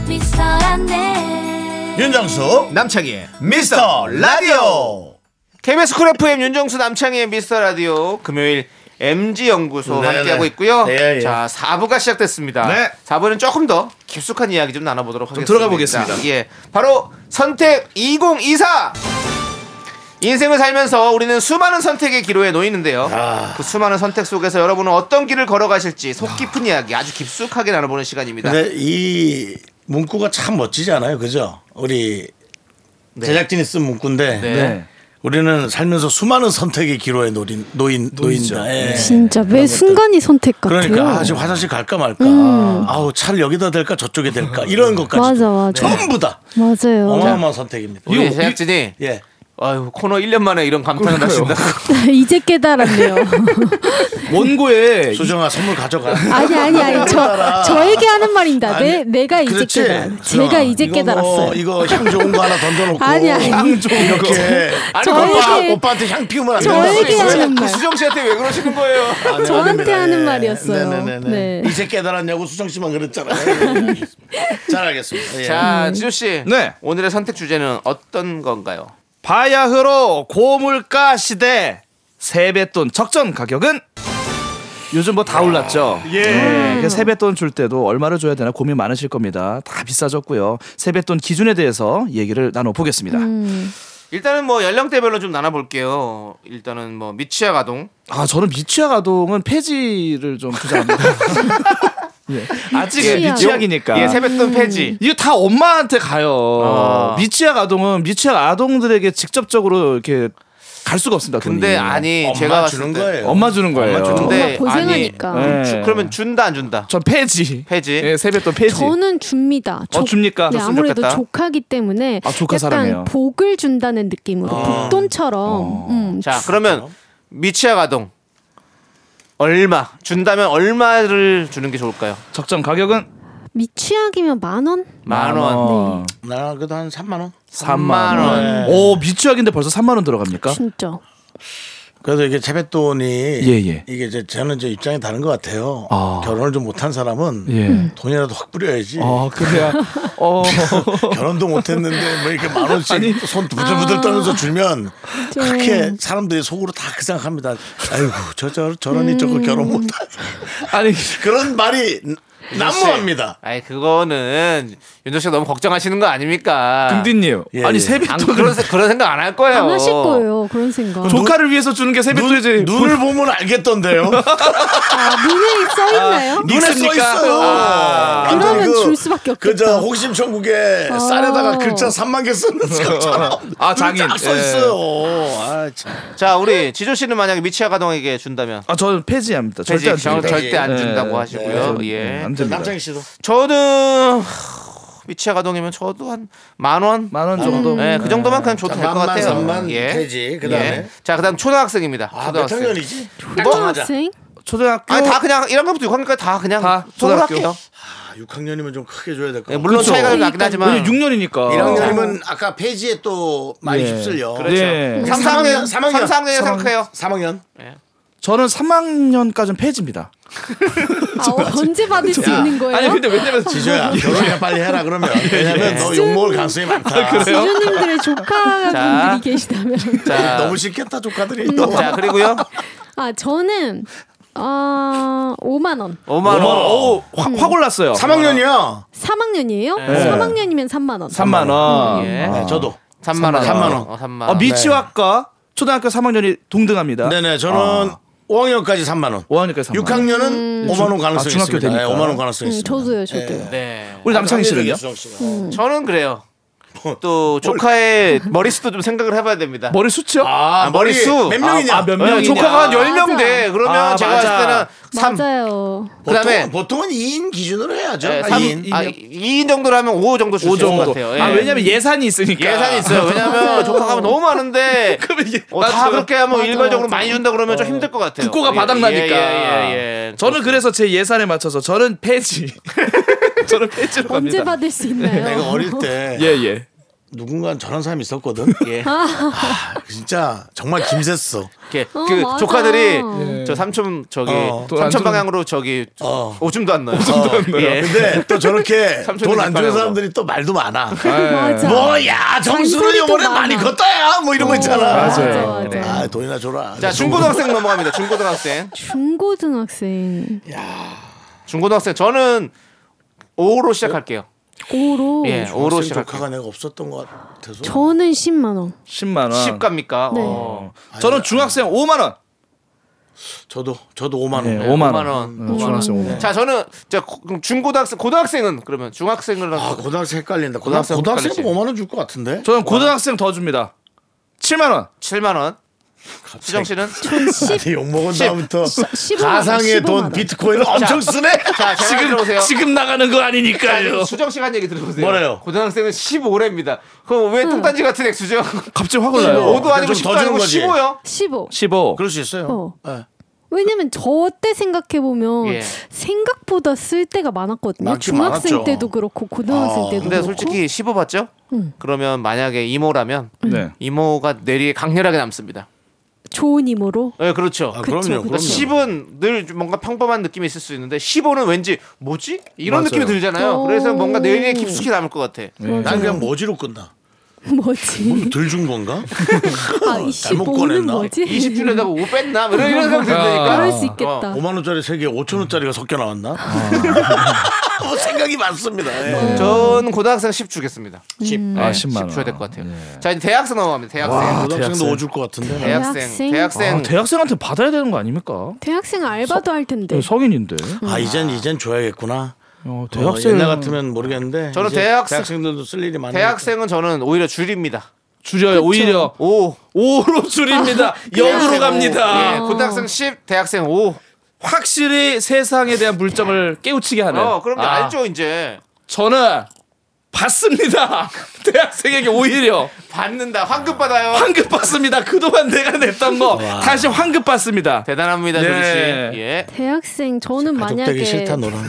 S6: 미스터란데
S1: 윤정수
S2: 남창희의
S1: 미스터 라디오.
S2: KBS 쿨 FM 윤정수 남창희의 미스터 라디오 금요일 MG 연구소
S1: 네네.
S2: 함께하고 있고요.
S1: 네, 예.
S2: 자, 4부가 시작됐습니다.
S8: 네.
S2: 4부는 조금 더 깊숙한 이야기 좀 예, 나눠보도록 하겠습니다.
S8: 들어가 보겠습니다.
S2: 예, 바로 선택 2024. 인생을 살면서 우리는 수많은 선택의 기로에 놓이는데요. 그 수많은 선택 속에서 여러분은 어떤 길을 걸어가실지 속 깊은 이야기 아주 깊숙하게 나눠보는 시간입니다.
S1: 근데 이 문구가 참 멋지지 않아요, 그죠? 우리 제작진이 쓴 문구인데
S2: 네.
S1: 우리는 살면서 수많은 선택의 기로에 노인 노인 노인다. 예.
S9: 진짜 왜 순간이 선택 같아요.
S1: 그러니까 아, 지금 화장실 갈까 말까. 아우 차를 여기다 댈까 저쪽에 댈까 이런 것까지
S9: 음. 맞아 맞아
S1: 전부 다
S9: 맞아요.
S1: 어마어마한 선택입니다.
S2: 우리 제작진이
S1: 예.
S2: 아유, 코너 1년 만에 이런 감탄을 하신다.
S9: 이제 깨달았네요.
S8: 원고에
S1: 수정아 선물 가져가.
S9: 아니 아니 아니 저 저에게 하는 말입니다. 내
S1: 아니,
S9: 내가 이제
S1: 그렇지.
S9: 깨달
S1: 수정아,
S9: 제가 이제
S1: 이거 뭐,
S9: 깨달았어요.
S1: 이거 향 좋은 거 하나 던져놓고
S9: 아니, 아니.
S1: 향 좋은 이렇게
S2: 아니,
S1: 오빠,
S9: 저에게
S1: 오빠한테 향 피우면 안
S9: 저에게
S1: 된다고
S9: 하는
S2: 그
S9: 말.
S2: 수정 씨한테 왜 그러시는 거예요?
S1: 아, 네,
S9: 저한테
S1: 아닙니다.
S9: 하는
S1: 예.
S9: 말이었어요.
S1: 네네네네.
S9: 네.
S1: 이제 깨달았냐고 수정 씨만 그랬잖아요. 예, 잘 알겠습니다. 예.
S2: 자, 지조 씨.
S8: 네.
S2: 오늘의 선택 주제는 어떤 건가요?
S8: 바야흐로 고물가 시대 세뱃돈 적정 가격은 요즘 뭐 다 올랐죠. 네, 그 세뱃돈 줄 때도 얼마를 줘야 되나 고민 많으실 겁니다. 다 비싸졌고요. 세뱃돈 기준에 대해서 얘기를 나눠 보겠습니다.
S9: 음.
S2: 일단은 뭐 연령대별로 좀 나눠볼게요. 일단은 뭐 미취학 아동.
S8: 아 저는 미취학 아동은 폐지를 좀 주장합니다. 예. 아직
S9: 미취학.
S8: 미취학이니까.
S2: 예, 세뱃돈 폐지.
S8: 이거 다 엄마한테 가요.
S2: 아.
S8: 미취학 아동은 미취학 아동들에게 직접적으로 이렇게 갈 수가 없습니다. 돈이.
S2: 근데 아니
S1: 엄마
S2: 제가 봤을
S1: 주는
S2: 때
S1: 거예요.
S8: 엄마 주는 거예요.
S2: 주는 음,
S8: 근데
S2: 근데
S9: 엄마 고생하니까.
S2: 아니,
S8: 네.
S2: 주- 그러면 준다 안 준다?
S8: 전 폐지.
S2: 폐지?
S8: 예, 세뱃돈 폐지.
S9: 저는 줍니다.
S8: 어, 줍니까?
S9: 네,
S8: 줬으면
S9: 아무래도
S2: 좋겠다.
S9: 조카기 때문에
S8: 아, 조카
S9: 약간
S8: 사랑해요.
S9: 복을 준다는 느낌으로 복돈처럼. 음.
S2: 자 그러면 미취학 아동 얼마 준다면 얼마를 주는 게 좋을까요?
S8: 적정 가격은
S9: 미취학이면 만 원?
S2: 만 원.
S8: 원.
S1: 나 그래도 한 3만 원.
S8: 3만
S2: 삼만
S8: 원. 오, 미취학인데 벌써 3만 원 들어갑니까?
S9: 진짜.
S1: 그래서 이게 세뱃돈이
S8: 예, 예.
S1: 이게 이제 저는 이제 입장이 다른 것 같아요.
S8: 아.
S1: 결혼을 좀 못한 사람은
S8: 예.
S1: 돈이라도 확 뿌려야지.
S8: 아, 그래야. 어.
S1: 결혼도 못했는데 뭐 이렇게 만 원씩 손 부들부들 떨면서 주면 그렇게 사람들이 속으로 다 그 생각합니다. 아이고 저, 저 저런 이 저걸 결혼 못하지.
S8: 아니, 네.
S1: 그런 말이 난무합니다.
S2: 아이 그거는 윤정 씨가 너무 걱정하시는 거 아닙니까?
S8: 금디님.
S1: 예, 예.
S8: 아니,
S2: 안
S8: 세뱃돈.
S2: 그런 세- 그런 생각 안 할 거예요.
S9: 안 하실 거예요 그런 생각.
S8: 조카를 위해서 주는 게 세뱃돈이지.
S1: 눈, 눈을 보면 알겠던데요.
S9: 아, 눈에 써 있나요?
S1: 눈에 써
S2: 있습니까?
S1: 있어요.
S2: 아.
S1: 완전
S9: 그러면 줄 수밖에 없겠다.
S1: 그저 홍심천국에
S9: 아.
S1: 쌀에다가 글자 3만 개
S2: 어.
S1: 쓰는 것처럼
S8: 아, 장인.
S1: 써
S8: 예.
S1: 있어요. 아, 참.
S2: 자 우리 지조 씨는 만약에 미취학 아동에게 준다면
S8: 아, 저는 폐지합니다. 절대 안
S2: 폐지 절-
S8: 줍니다.
S2: 절대 안 준다고
S8: 예.
S2: 하시고요.
S8: 예.
S2: 예.
S8: 안 됩니다.
S1: 남창희 씨도
S2: 저는 하, 미취학 아동이면 저도 한 만 원.
S8: 만원 정도?
S2: 예, 그 정도만 그냥 줘도 될 것
S1: 만만,
S2: 같아요.
S1: 삼만
S2: 예.
S1: 되지. 그다음에.
S2: 자, 그다음 초등학생입니다.
S1: 아, 몇
S2: 초등학생.
S1: 학년이지?
S9: 뭐? 초등학생?
S8: 초등학교
S2: 아니 다 그냥 1학년부터 6학년까지 다 그냥
S8: 다
S2: 통으로
S8: 초등학교.
S2: 할게요.
S1: 아, 6학년이면 좀 크게 줘야 될 것
S2: 예,
S1: 같아요.
S2: 물론
S8: 그쵸.
S2: 차이가 나긴
S8: 왜냐
S2: 하지만
S8: 6년이니까.
S9: 어.
S1: 1학년이면 아까 페이지에 또 많이
S8: 예.
S1: 휩쓸려.
S8: 그렇죠. 예.
S9: 네.
S2: 3, 4학년, 3학년, 3, 4학년
S1: 삼 학년.
S2: 생각해요.
S1: 3학년.
S8: 저는 3학년까지는 폐지입니다.
S9: 아, 언제 받을 수 있는 거예요?
S8: 왜냐면
S1: 지조야
S9: 네.
S1: 결혼이나 빨리 해라 그러면
S2: 예.
S1: 왜냐면 너 욕먹을 가능성이
S2: 아,
S1: 많다.
S9: 지주님들의 조카분들이 계시다면.
S2: 자,
S1: 너무 싫겠다 조카들이.
S9: 음.
S1: 너.
S2: 자, 그리고요.
S9: 아 저는 어, 5만 원.
S2: 5만 원.
S8: 오, 확, 확 올랐어요.
S1: 아, 3학년이요.
S9: 3학년이에요?
S2: 네.
S9: 3학년이면 3만 원.
S8: 3만 원.
S2: 예.
S1: 네, 저도.
S2: 3만 원.
S1: 삼만 원.
S2: 어, 3만 원.
S8: 아, 미취학과 초등학교 3학년이 동등합니다.
S1: 네네 저는 5학년까지 3만 원.
S8: 5학년까지 3만 원.
S1: 6학년은 5만 원 가능성이
S8: 중학교
S1: 있습니다. 네,
S8: 되니까. 그
S1: 5만 원 가능성이
S9: 음,
S1: 있습니다. 음.
S9: 저도요, 저도요.
S2: 네.
S8: 우리 남창희 씨는요?
S1: 수정 씨가.
S2: 어, 저는 그래요. 또 조카의 머리수도 좀 생각을 해봐야 됩니다.
S8: 머리 수치요?
S1: 아,
S2: 아, 머리수.
S1: 몇 명이냐?
S8: 아, 몇
S2: 왜냐면
S8: 명이냐?
S2: 조카가 한
S9: 맞아.
S2: 10명 돼. 그러면
S8: 아,
S2: 제가
S8: 맞아.
S2: 봤을 때는 3.
S9: 맞아요.
S2: 그다음에-
S1: 보통은, 보통은 2인 기준으로 해야죠.
S2: 네,
S1: 아,
S2: 3
S1: 이인.
S2: 아, 2인 정도로 하면 5 정도 줄
S8: 5
S2: 수 있을 것
S8: 정도.
S2: 같아요. 예.
S8: 아, 왜냐면 예산이 있으니까.
S2: 예산이 있어요. 왜냐면 조카가 하면 너무 많은데
S8: 그러면 이게
S2: 어, 다
S8: 맞아요. 어.
S2: 그렇게 하면
S9: 맞아,
S2: 일괄적으로
S9: 맞아.
S2: 많이 준다 그러면 좀 힘들 것 같아요.
S8: 국고가
S2: 예,
S8: 바닥나니까.
S2: 예, 예, 예.
S8: 저는 그래서 제 예산에 맞춰서 저는 폐지. 저는
S2: 예,
S8: 폐지로
S9: 언제
S8: 갑니다.
S9: 받을 수
S2: 네,
S9: 있나요?
S1: 내가 어릴 때
S8: 예, 예.
S1: 누군가 저런 사람이 있었거든.
S2: 예.
S1: 아, 진짜 정말 김샜어.
S2: 이렇게
S9: 어,
S2: 그
S9: 맞아.
S2: 조카들이
S8: 예.
S2: 저 삼촌 저기
S1: 어.
S8: 또안
S2: 삼촌
S8: 주는-
S2: 방향으로 저기
S1: 어.
S2: 오줌도 안 넣어요.
S1: 어,
S2: 예.
S1: 근데 또 저렇게 돈
S2: 삼촌이
S1: 안 주는
S2: 집안에서.
S1: 사람들이 또 말도 많아.
S2: 네.
S9: 맞아.
S1: 뭐야 점수는
S9: 잔소리도
S1: 요번에
S9: 많아. 어,
S1: 많이 컸다야 뭐 이런 거 있잖아.
S9: 맞아요. 맞아,
S8: 맞아요.
S9: 맞아.
S2: 네.
S1: 아 돈이나 줘라.
S2: 자 중고등학생 넘어갑니다. 중고등학생.
S9: 중고등학생.
S2: 예.
S8: 어?
S2: 중고등학생 저는 5로 시작할게요.
S9: 오로
S2: 예, 5로 시작할게요.
S1: 조카가 내가 없었던 것 같아서
S9: 저는 10만 원.
S8: 10만 원.
S2: 10 갑니까?
S9: 네.
S2: 어.
S8: 저는 중학생 5만 원.
S1: 저도 저도 5만 원.
S8: 네, 5만 원.
S2: 5만 원.
S8: 네, 중학생 5만 원.
S2: 자, 저는 자, 고- 그럼 중고등학생 고등학생은 그러면 중학생으로
S1: 아 고등학생 헷갈린다. 고등학생
S2: 고등학생
S1: 고등학생도
S2: 헷갈리지.
S1: 5만 원 줄 것 같은데.
S8: 저는 고등학생 더 줍니다. 7만 원.
S2: 7만 원. 수정 씨는
S1: 나한테 욕 먹은 다음부터
S9: 15만 원,
S1: 가상의
S9: 15만
S1: 돈
S9: 원.
S1: 비트코인을 엄청 쓰네.
S2: 자, 제가 들어보세요.
S8: 지금 나가는 거 아니니까요.
S2: 수정 씨가 한 얘기 들어보세요.
S1: 뭐래요?
S2: 고등학생은 15래입니다. 그럼 왜 통단지 같은 액수죠?
S8: 갑자기 확 올라요.
S2: 5도 아니고
S1: 좀더
S2: 10도 아니고
S1: 주는 거지.
S2: 15요?
S9: 15.
S8: 15.
S1: 그럴 수 있어요.
S9: 어.
S1: 예.
S9: 왜냐면 저 때 생각해 보면
S2: 예.
S9: 생각보다 쓸 때가 많았거든요.
S1: 많긴
S9: 중학생
S1: 많았죠.
S9: 때도 그렇고 고등학생
S1: 아,
S9: 때도
S2: 근데
S9: 그렇고.
S2: 솔직히 15 받죠? 그러면 만약에 이모라면
S8: 네.
S2: 이모가 뇌리에 강렬하게 남습니다.
S9: 좋은 이모로.
S2: 예, 그렇죠.
S1: 아,
S2: 그러니까
S9: 그쵸,
S1: 그럼요.
S9: 그쵸.
S1: 그럼요.
S2: 10은 늘좀 뭔가 평범한 느낌이 있을 수 있는데 15는 왠지 뭐지? 이런 느낌이 들잖아요.
S9: 오.
S2: 그래서 뭔가 뇌리에 깊숙이 남을 것 같아.
S1: 난 그냥 뭐지로 끝나.
S9: 뭐지?
S1: 들 준 건가?
S9: 아,
S1: 잘못
S9: 25는
S1: 꺼냈나?
S9: 뭐지?
S2: 20줄에다가 5 뺐나? 뭐 이런 이런 생각
S8: 아.
S2: 들으니까.
S9: 그러니까.
S2: 어.
S9: 그럴 수 있겠다.
S1: 5만 원짜리 세 개에 5천 원짜리가 섞여 나왔나? 뭐 생각이 많습니다. 예.
S2: 전 고등학생 10 주겠습니다. 10.
S8: 아, 10만 원. 예.
S2: 줘야 될 것 같아요. 자, 이제 대학생 넘어갑니다. 대학생. 예.
S1: 고등학생도
S8: 대학생.
S1: 아, 오줄 것 같은데.
S2: 대학생.
S9: 대학생.
S2: 대학생.
S8: 아, 대학생한테 받아야 되는 거 아닙니까?
S9: 대학생 알바도 할 텐데.
S8: 성인인데.
S1: 아 이젠 이젠 줘야겠구나.
S8: 어,
S1: 어,
S8: 대학생
S1: 옛날 같으면 모르겠는데.
S2: 저는
S1: 이제
S2: 대학생-
S1: 대학생들도 쓸 일이 많아요.
S2: 대학생은 저는 오히려 줄입니다.
S8: 줄여요. 오히려 어.
S2: 오.
S8: 5로 줄입니다.
S2: 대학생
S8: 0으로
S2: 오.
S8: 갑니다.
S2: 예, 고등학생 10, 대학생 5.
S8: 확실히 세상에 대한 물정을 깨우치게 하는.
S2: 어, 그럼
S8: 아,
S2: 알죠, 이제.
S8: 저는 받습니다. 대학생에게 오히려
S2: 받는다. 환급 받아요.
S8: 환급 받습니다. 그동안 내가 냈던 거 다시 환급 받습니다.
S2: 대단합니다, 조지 씨.
S8: 네.
S2: 예.
S9: 대학생 저는
S1: 가족
S9: 만약에
S1: 되기 싫다 너랑.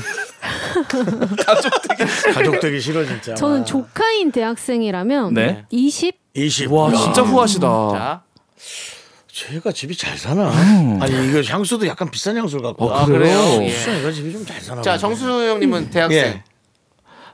S1: 가족 되기 싫어 진짜.
S9: 저는 조카인 대학생이라면
S8: 네.
S9: 20
S1: 20.
S8: 와 진짜 후하시다.
S2: 자.
S1: 제가 아, 집이 잘 사나? 아니 이거 향수도 약간 비싼 향수 갖고. 아,
S8: 어, 그래요?
S2: 예.
S1: 진짜 이거 집이 좀 잘 사나?
S2: 자,
S1: 보네.
S2: 정수
S9: 음.
S2: 형님은 대학생.
S1: 예.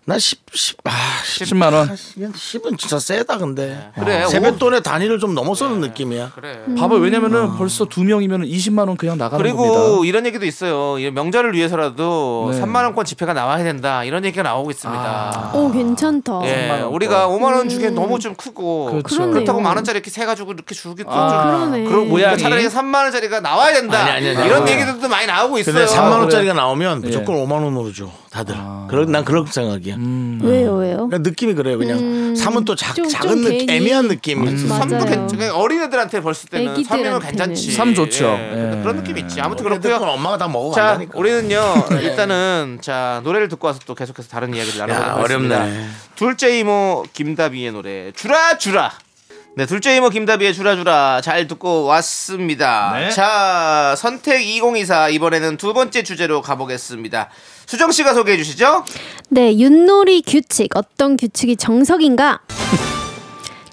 S1: 나 10, 10, 아, 10.
S8: 10만 원.
S1: 10은 진짜 세다 근데.
S2: 네.
S1: 어.
S2: 그래, 네.
S1: 세뱃돈의 단위를 좀 넘어서는 느낌이야.
S2: 그래.
S9: 음.
S8: 봐봐 왜냐면은 벌써 두 명이면 20만 원 그냥 나가는
S2: 그리고
S8: 겁니다.
S2: 이런 얘기도 있어요. 이 명절을 위해서라도
S8: 네. 아.
S2: 3만 원권 지폐가 나와야 된다. 이런 얘기가 나오고 있습니다.
S1: 아,
S9: 오 음. 괜찮다.
S2: 예, 우리가 5만 원 주기엔 너무 좀 크고
S8: 그렇죠.
S9: 그러네요.
S2: 그렇다고 만 원짜리 이렇게 세 가지고 이렇게 주기 또
S8: 아,
S9: 그러네.
S8: 그런 모양이
S2: 차라리 3만 원짜리가 나와야 된다.
S1: 아니, 아니, 아니.
S2: 이런
S1: 아.
S2: 얘기들도 많이 나오고 있어요. 아, 예.
S1: 근데 3만
S8: 그래.
S1: 원짜리가 나오면 무조건 5만 원으로 줘. 다들. 그런 난 그런 생각이야.
S2: 음.
S9: 왜요 왜요?
S1: 그러니까 느낌이 그래요. 그냥 사면 또 작,
S9: 음. 좀- 좀
S1: 작은 느낌,
S9: 괜히-
S1: 애매한 느낌.
S2: 음.
S9: 맞아요.
S2: 삼도 괜찮 어린애들한테 벌 때는 삼이면
S9: 애기들한테는.
S2: 괜찮지.
S8: 삼 좋죠.
S2: 예,
S8: 예.
S2: 그런 느낌 이 있지. 아무튼
S1: 그렇고요.
S2: 그렇고요.
S1: 엄마가 다 먹어
S2: 자,
S1: 간다니까. 네.
S2: 우리는요 일단은 자 노래를 듣고 와서 또 계속해서 다른 이야기를
S1: 야,
S2: 나눠보도록 하겠습니다.
S1: 어렵네.
S2: 둘째 이모 김다비의 노래 주라 주라. 네, 둘째 이모 김다비의 주라 주라 잘 듣고 왔습니다.
S8: 네.
S2: 자, 선택 2024 이번에는 두 번째 주제로 가보겠습니다. 수정 씨가 소개해 주시죠.
S9: 네, 윷놀이 규칙. 어떤 규칙이 정석인가?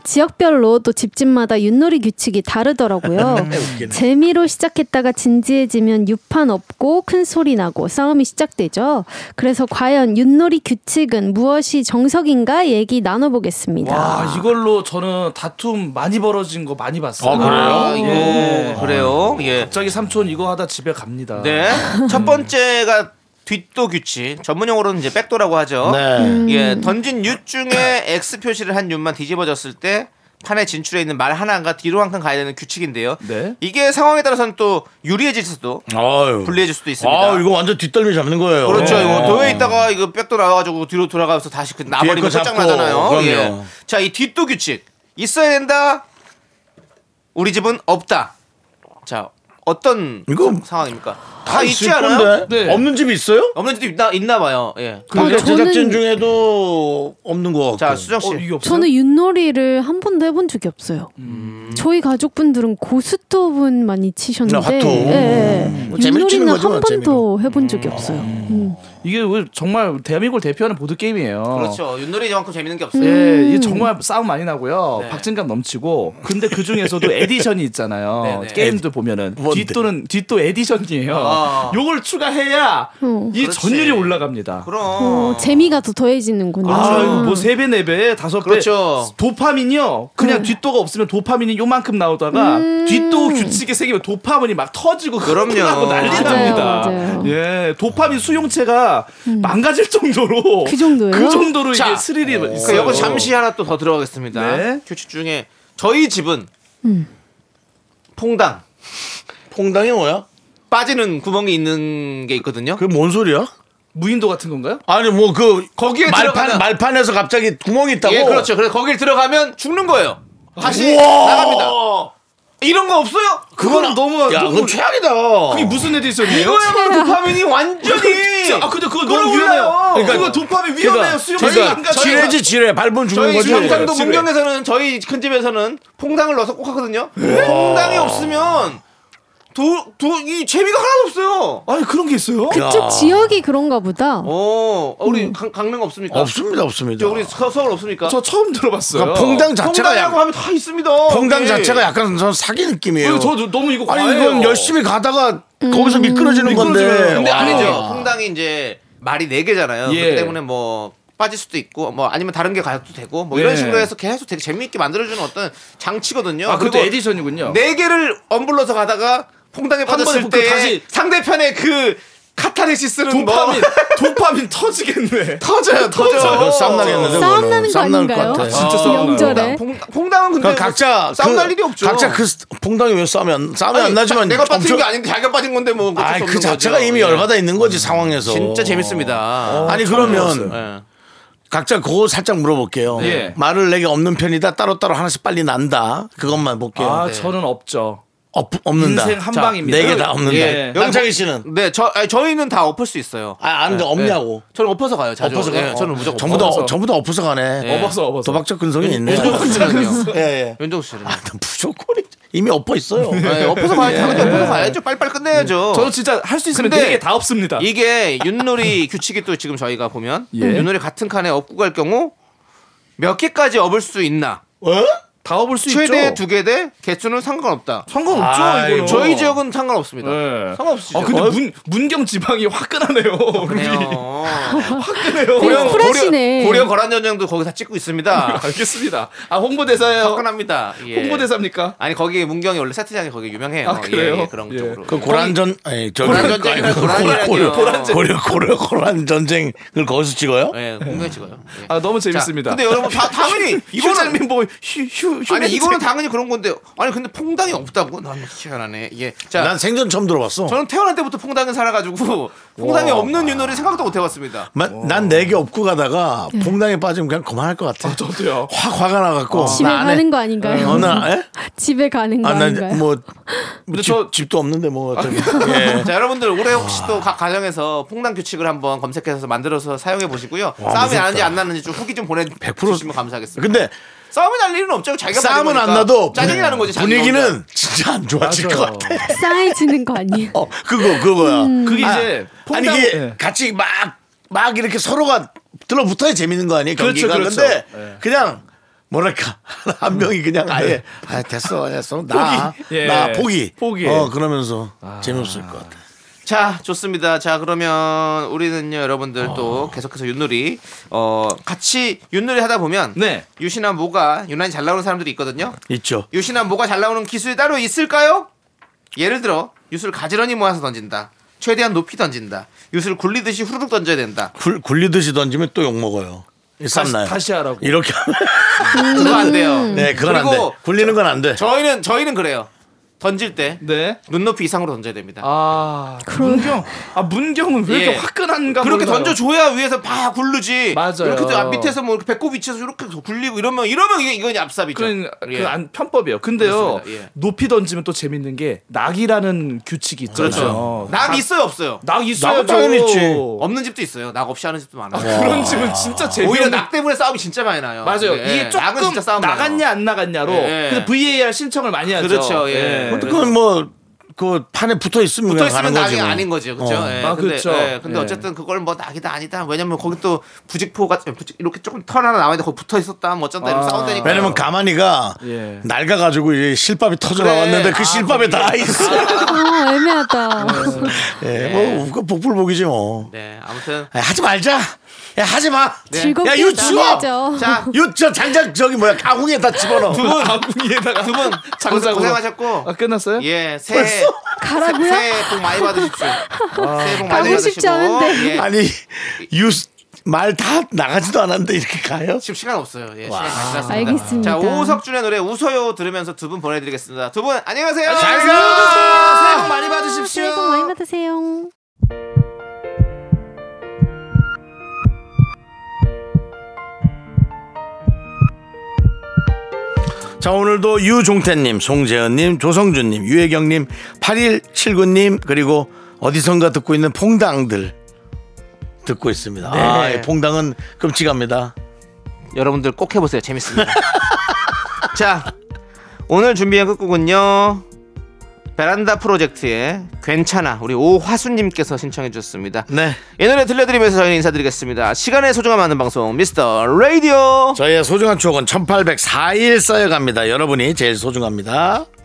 S9: 지역별로 또 집집마다 윷놀이 규칙이 다르더라고요.
S1: 네,
S9: 재미로 시작했다가 진지해지면 유판 없고 큰 소리 나고 싸움이 시작되죠. 그래서 과연 윷놀이 규칙은 무엇이 정석인가 얘기 나눠보겠습니다.
S8: 와 이걸로 저는 다툼 많이 벌어진 거 많이 봤어요.
S2: 아, 이거
S8: 예.
S2: 그래요. 예.
S8: 갑자기 삼촌 이거 하다 집에 갑니다.
S2: 네. 첫 번째가 뒷도 규칙. 전문 용어로는 이제 백도라고 하죠.
S1: 네.
S2: 예, 던진 윷 중에 X 표시를 한 윷만 뒤집어졌을 때 판에 진출해 있는 말 하나가 뒤로 한 칸 가야 되는 규칙인데요.
S8: 네.
S2: 이게 상황에 따라서는 또 유리해질 수도
S1: 아유.
S2: 불리해질 수도 있습니다.
S1: 아, 이거 완전 뒷덜미 잡는 거예요.
S2: 그렇죠.
S1: 네.
S2: 이거 도에 있다가 이거 백도 나와가지고 뒤로 돌아가면서 다시 그 나버리면
S1: 거
S2: 끝장
S1: 잡고,
S2: 나잖아요.
S1: 그럼요.
S2: 예. 자, 이 뒷도 규칙 있어야 된다. 우리 집은 없다. 자, 어떤
S1: 이거
S2: 상황입니까? 다,
S1: 다
S2: 있지
S1: 있을
S2: 않아요?
S1: 건데.
S8: 네.
S1: 없는 집이 있어요?
S2: 없는 집도 있나, 있나 봐요. 예.
S1: 방송
S9: 어, 저는-
S1: 제작진 중에도 없는 거 같고.
S2: 자, 수정 씨.
S8: 어, 이게 없어요?
S9: 저는 윷놀이를 한 번도 해본 적이 없어요.
S8: 음.
S9: 저희 가족분들은 고스톱은 많이 치셨는데,
S1: 나 화토.
S9: 예, 예.
S1: 뭐 재미로 치는
S9: 윷놀이는
S1: 거지,
S9: 한
S1: 뭐, 재미로.
S9: 번도 해본 적이 없어요. 음.
S8: 이게 왜 정말 대한민국을 대표하는 보드 게임이에요.
S2: 그렇죠. 윷놀이만큼 재밌는 게 없어요.
S8: 예, 이게 정말 싸움 많이 나고요.
S2: 네.
S8: 박진감 넘치고. 네. 근데 그 중에서도 에디션이 있잖아요.
S2: 네네.
S8: 게임도 보면은
S1: 뭔데?
S8: 뒷도는 뒷도 에디션이에요.
S2: 아.
S8: 요걸 추가해야
S9: 어.
S8: 이
S2: 그렇지.
S8: 전율이 올라갑니다.
S2: 그럼
S9: 어, 재미가 더 더해지는군요.
S8: 아, 이거 뭐 3배, 4배, 5배.
S2: 그렇죠.
S8: 네. 도파민이요. 그냥 뒷도가 없으면 도파민이 요만큼 나오다가
S9: 음.
S8: 뒷도 규칙이 생기면 도파민이 막 터지고
S2: 그럼요.
S8: 흥분하고 난리
S2: 맞아요,
S8: 납니다.
S9: 맞아요.
S8: 예. 도파민 수용체가
S2: 음.
S8: 망가질 정도로
S9: 그 정도예요?
S8: 그 정도로
S2: 자,
S8: 이게 스릴이
S2: 그
S8: 있어요.
S2: 여기 잠시 하나 또 더 들어가겠습니다.
S8: 네.
S2: 규칙 중에 저희 집은 퐁당
S1: 퐁당이 뭐야?
S2: 빠지는 구멍이 있는 게 있거든요.
S1: 그게 뭔 소리야?
S8: 무인도 같은 건가요?
S1: 아니 뭐 그
S2: 거기에 들어가면-
S1: 말판 말판에서 갑자기 구멍이 있다고.
S2: 예, 그렇죠. 그래서 거길 들어가면 죽는 거예요. 다시
S1: 우와.
S2: 나갑니다. 이런 거 없어요?
S8: 그건 너무
S1: 야,
S8: 너무
S1: 그건 최악이다.
S8: 그게 무슨 에디션이에요?
S2: 이거야말로 어. 도파민이 완전히
S8: 아 근데 그거 너무
S2: 끌어올라요.
S8: 위험해요.
S2: 그러니까-
S8: 그거 도파민 위험해요. 수용체
S2: 저희가-
S8: 안 가져요.
S1: 지뢰지 지뢰 밟으면 죽는
S2: 저희
S1: 거지.
S2: 경상도
S8: 지뢰.
S2: 문경에서는 저희 큰 집에서는 퐁당을 넣어서 꼭 하거든요. 퐁당이 없으면 도도이 재미가 하나도 없어요.
S8: 아니 그런 게 있어요?
S9: 그쪽 지역이 그런가 보다.
S2: 어, 어, 우리 강, 강릉 없습니까?
S1: 없습니다, 없습니다.
S2: 저 우리 서, 서울 없습니까?
S8: 음. 저 처음 들어봤어요.
S1: 그러니까 퐁당 자체가
S2: 퐁당이라고
S1: 약,
S2: 하면 다 있습니다.
S1: 퐁당
S2: 예.
S1: 자체가 약간 저 사기 느낌이에요.
S8: 아니, 저 너무 이거
S1: 아니
S8: 과해요.
S1: 이건 열심히 가다가
S9: 음.
S1: 거기서 미끄러지는 건데. 어,
S8: 미끄러지면-
S2: 근데
S1: 네, 와.
S2: 아니죠. 퐁당이 이제 말이 네 개잖아요.
S8: 예.
S2: 그렇기 때문에 뭐 빠질 수도 있고 뭐 아니면 다른 게 가도 되고 뭐 이런
S8: 예.
S2: 식으로 해서 계속 되게 재미있게 만들어주는 어떤 장치거든요.
S8: 아 그것도 에디션이군요.
S2: 네 개를 엄블러서 가다가 퐁당에
S8: 번에
S2: 빠졌을
S8: 그
S2: 때
S8: 다시-
S2: 상대편의 그 카타르시스는
S8: 도파민
S2: 뭐
S8: 도파민 터지겠네.
S2: 터져요,
S1: 그거
S2: 터져.
S1: 어, 싸움 나겠는데.
S9: 싸움
S1: 그거는.
S9: 나는 거
S1: 싸움 나올
S9: 아닌가요?
S1: 것 같아.
S8: 진짜 싸움 나요.
S9: 명절에.
S2: 퐁당- 퐁당은 근데 뭐
S1: 그러니까 각자
S2: 싸움
S1: 그-
S2: 날 일이 없죠.
S1: 각자 그 스- 퐁당이 왜 싸움이 안 싸움이
S2: 아니,
S1: 안 나지만
S2: 자- 내가 빠진
S1: 엄청-
S2: 게 아닌데 자기가 빠진 건데 뭐 어쩔 수
S1: 아이, 그
S2: 없는
S1: 자체가
S2: 거죠. 어.
S1: 이미
S2: 예.
S1: 열받아 있는 거지 상황에서. 어,
S2: 진짜 재밌습니다.
S1: 아니 그러면
S2: 예.
S1: 각자 그거 살짝
S2: 네.
S1: 물어볼게요.
S8: 예.
S1: 말을 내게 없는 편이다. 따로따로 하나씩 빨리 난다. 그것만 볼게요. 네.
S8: 아 저는 없죠.
S1: 없, 없는다.
S8: 인생 한
S1: 자,
S8: 방입니다.
S1: 네개 다 없는다.
S8: 예.
S1: 영창희 씨는
S2: 네, 저 아니, 저희는 다 엎을 수 있어요.
S1: 아, 안 돼. 없냐고.
S2: 예. 저는 엎어서 가요. 자주.
S1: 엎어서
S2: 예,
S1: 가요?
S2: 저는 무조건
S1: 전부 다
S2: 엎어서.
S8: 없어서.
S1: 전부 다 엎어서 가네.
S2: 예.
S8: 없어 없어.
S1: 도박적 근성이 있네.
S2: 저는요.
S1: 예, 예.
S2: 윤정수 씨는.
S1: 아, 나 무조건 이미 엎어 있어요.
S2: 네, 엎어서 가야지. 당연히 엎어서 가야죠. 빨리빨리
S8: 네.
S2: 끝내야죠.
S8: 저는 진짜 할 수 있으면
S2: 근데
S8: 네 개 다 없습니다.
S2: 이게 윷놀이 규칙이 또 지금 저희가 보면
S8: 예.
S2: 윷놀이 같은 칸에 엎고 갈 경우 몇 개까지 엎을 수 있나?
S1: 어?
S8: 다 업을 수
S2: 최대
S8: 있죠.
S2: 두 개 대 개수는 상관없다.
S8: 상관없죠.
S1: 아이,
S8: 이거는.
S2: 저희 지역은 상관없습니다.
S8: 네.
S2: 상관없으시죠?
S8: 아 근데 문 문경 지방이 화끈하네요. 룰이.
S2: 그래요.
S8: 화끈해요.
S9: 되게
S2: 어. 고령
S9: 쿨하시네.
S2: 고령 고령 거란 전쟁도 거기 다 찍고 있습니다.
S8: 알겠습니다. 아 홍보대사예요.
S2: 화끈합니다. 예.
S8: 홍보대사입니까?
S2: 아니 거기 문경이 원래 세트장이 거기 유명해요.
S8: 아, 그래요?
S2: 예, 예, 그런
S8: 예.
S2: 쪽으로.
S1: 그 고란전 아니 저그
S2: 고란전쟁, 고란이라니요. 고란전쟁.
S1: 고려 고려 고란 전쟁을 거기서 찍어요?
S2: 예, 공개 찍어요. 예.
S8: 아 너무
S2: 자,
S8: 재밌습니다.
S2: 근데 여러분 다 당연히 이거는
S8: 휴장민 보면 휴휴 휴.
S2: 아니 이거는 당연히 그런 건데 아니 근데 퐁당이 없다고 난 희한하네. 예. 자
S1: 난 생전 처음 들어봤어.
S2: 저는 태어날 때부터 퐁당을 살아가지고 퐁당이 없는 윷놀이 생각도 못 해봤습니다.
S1: 난네 개 업고 가다가
S9: 예.
S1: 봉당에 빠지면 그냥 그만할 것 같아.
S8: 저도요.
S1: 확 화가 나갖고
S9: 집에
S1: 나 안 해.
S9: 가는 거 아닌가요? 그
S1: 어, 나 예?
S9: 집에 가는 거
S1: 아,
S9: 아닌가요?
S1: 난뭐
S8: 근데
S1: 집,
S8: 저-
S1: 집도 없는데 뭐
S2: 아,
S1: 어차피. 예.
S2: 자 여러분들 올해 혹시 또 각 가정에서 퐁당 규칙을 한번 검색해서 만들어서 사용해 보시고요. 싸움이 나는지 안 나는지 좀 후기 좀 보내주시면 감사하겠습니다.
S1: 근데
S8: 그
S2: 싸움이 날 일은 없죠. 자기가
S1: 싸움은
S2: 빠진
S1: 안
S2: 거니까.
S1: 나도
S2: 짜증이 나는 거지. 자기가 혼자.
S1: 분위기는 진짜 안 좋아질
S8: 맞아요.
S1: 것 같아.
S9: 쌓여지는 거 아니에요?
S1: 어, 그거 그거야.
S8: 그게
S1: 아,
S8: 이제
S1: 아니
S8: 퐁당-
S1: 이게
S8: 예.
S1: 같이 막 막 이렇게 서로가 들러붙어야 재밌는 거 아니에요
S8: 그렇죠,
S1: 경기가
S8: 그렇죠. 네.
S1: 근데 그냥 뭐랄까 한 명이 그냥 아예 아 됐어 됐어 나나
S8: 포기. 예.
S1: 포기
S8: 포기.
S1: 어 그러면서 재미없을 것 같아
S2: 자 좋습니다. 자 그러면 우리는요 여러분들
S8: 어.
S2: 또 계속해서 윷놀이 어 같이 윷놀이 하다 보면
S8: 네.
S2: 유신한 모가 유난히 잘 나오는 사람들이 있거든요.
S1: 있죠
S2: 유신한 뭐가 잘 나오는 기술이 따로 있을까요? 예를 들어 유술 가지런히 모아서 던진다. 최대한 높이 던진다. 유술 굴리듯이 후루룩 던져야 된다.
S1: 굴, 굴리듯이 던지면 또 욕 먹어요
S8: 다시,
S1: 쌈나요
S8: 다시 하라고.
S1: 이렇게
S2: 그거 안 돼요.
S1: 네 그건
S2: 그리고
S1: 안돼 굴리는 건 안돼
S2: 저희는 저희는 그래요. 던질 때
S8: 네.
S2: 눈높이 이상으로 던져야 됩니다.
S8: 아 문경. 아 문경은 왜 이렇게
S2: 예.
S8: 화끈한가?
S2: 그렇게
S8: 몰라요.
S2: 던져줘야 위에서 봐 굴르지.
S8: 맞아요.
S2: 이렇게 또 앞 밑에서 뭐 이렇게 배꼽 위치에서 이렇게 굴리고 이러면 이러면 이게 이건 압삽이죠.
S8: 그런
S2: 예.
S8: 그안 편법이에요. 근데요
S2: 그렇습니다. 예.
S8: 높이 던지면 또 재밌는 게 낙이라는 규칙이 있잖아요.
S2: 그렇죠.
S8: 낙,
S2: 낙 있어요 없어요.
S8: 낙 있어야죠.
S1: 낙은 당연히 있지.
S2: 없는 집도 있어요. 낙 없이 하는 집도 많아요. 어.
S8: 그런 집은 진짜 재밌는.
S2: 오히려 낙 때문에 싸움이 진짜 많이 나요.
S8: 맞아요.
S2: 네.
S8: 이게 조금
S2: 낙은 진짜 싸움 많아요.
S8: 나갔냐 안 나갔냐로.
S2: 예.
S8: 그래서 VAR 신청을 많이 하죠. 네.
S2: 그렇죠, 예.
S1: 그건 뭐 그 판에 붙어 있으면
S2: 붙어
S1: 그냥 가는
S2: 있으면
S1: 거지.
S2: 낙이
S1: 뭐.
S2: 아닌 거지, 그렇죠?
S1: 어.
S2: 예,
S8: 아,
S2: 근데,
S8: 그쵸.
S2: 예, 근데
S8: 예.
S2: 어쨌든 그걸 뭐 낙이다 아니다. 왜냐면 거기 또 부직포가 부직- 이렇게 조금 털 하나 나와 있는데 거기 붙어 있었다, 뭐 어쩐다 이러면
S8: 아.
S2: 싸운다니까.
S1: 왜냐면 가만히가
S8: 예.
S1: 낡아가지고 이제 실밥이 터져
S2: 그래.
S1: 나왔는데 그
S2: 아,
S1: 실밥에 다 있어.
S9: 아, 애매하다.
S1: 예, 뭐, 그 복불복이지 뭐.
S2: 네, 아무튼 예.
S1: 아, 하지 말자. 야, 하지 마.
S9: 즐겁게
S1: 야, 이거 치워!
S9: 얘기하죠.
S2: 자,
S1: 요저 장작 저기 뭐야 가공에다 집어넣어.
S2: 두분
S8: 아궁이에다가
S2: 두분
S8: 장작으로.
S2: 고생하셨고
S8: 아 끝났어요?
S2: 예, 새해
S9: 가라고요?
S2: 새- 새해 복 많이 받으십시오. 새해 복 많이
S9: 가고 싶지
S2: 받으시고.
S9: 않은데.
S2: 예.
S1: 아니 유말 다 나가지도 않았는데 이렇게 가요?
S2: 지금 시간 없어요. 예, 시간 많이 지났습니다.
S9: 알겠습니다.
S2: 자, 오석준의 노래 웃어요 들으면서 두 분 보내드리겠습니다. 두 분 안녕히 가세요.
S1: 잘 가!
S2: 새해 복 많이 받으십시오.
S9: 새해 복 많이 받으세요.
S1: 자 오늘도 유종태님, 송재은님, 조성준님, 유혜경님, 8179님 그리고 어디선가 듣고 있는 퐁당들 듣고 있습니다. 아, 이 퐁당은 끔찍합니다.
S2: 여러분들 꼭 해보세요. 재밌습니다. 자, 오늘 준비한 끝곡은요. 베란다 프로젝트의 괜찮아 우리 오화수님께서 신청해 주셨습니다.
S1: 네,
S2: 이 노래 들려드리면서 저희는 인사드리겠습니다. 시간의 소중함 아는 방송 미스터 라디오.
S1: 저희의 소중한 추억은 1804일 쌓여갑니다. 여러분이 제일 소중합니다.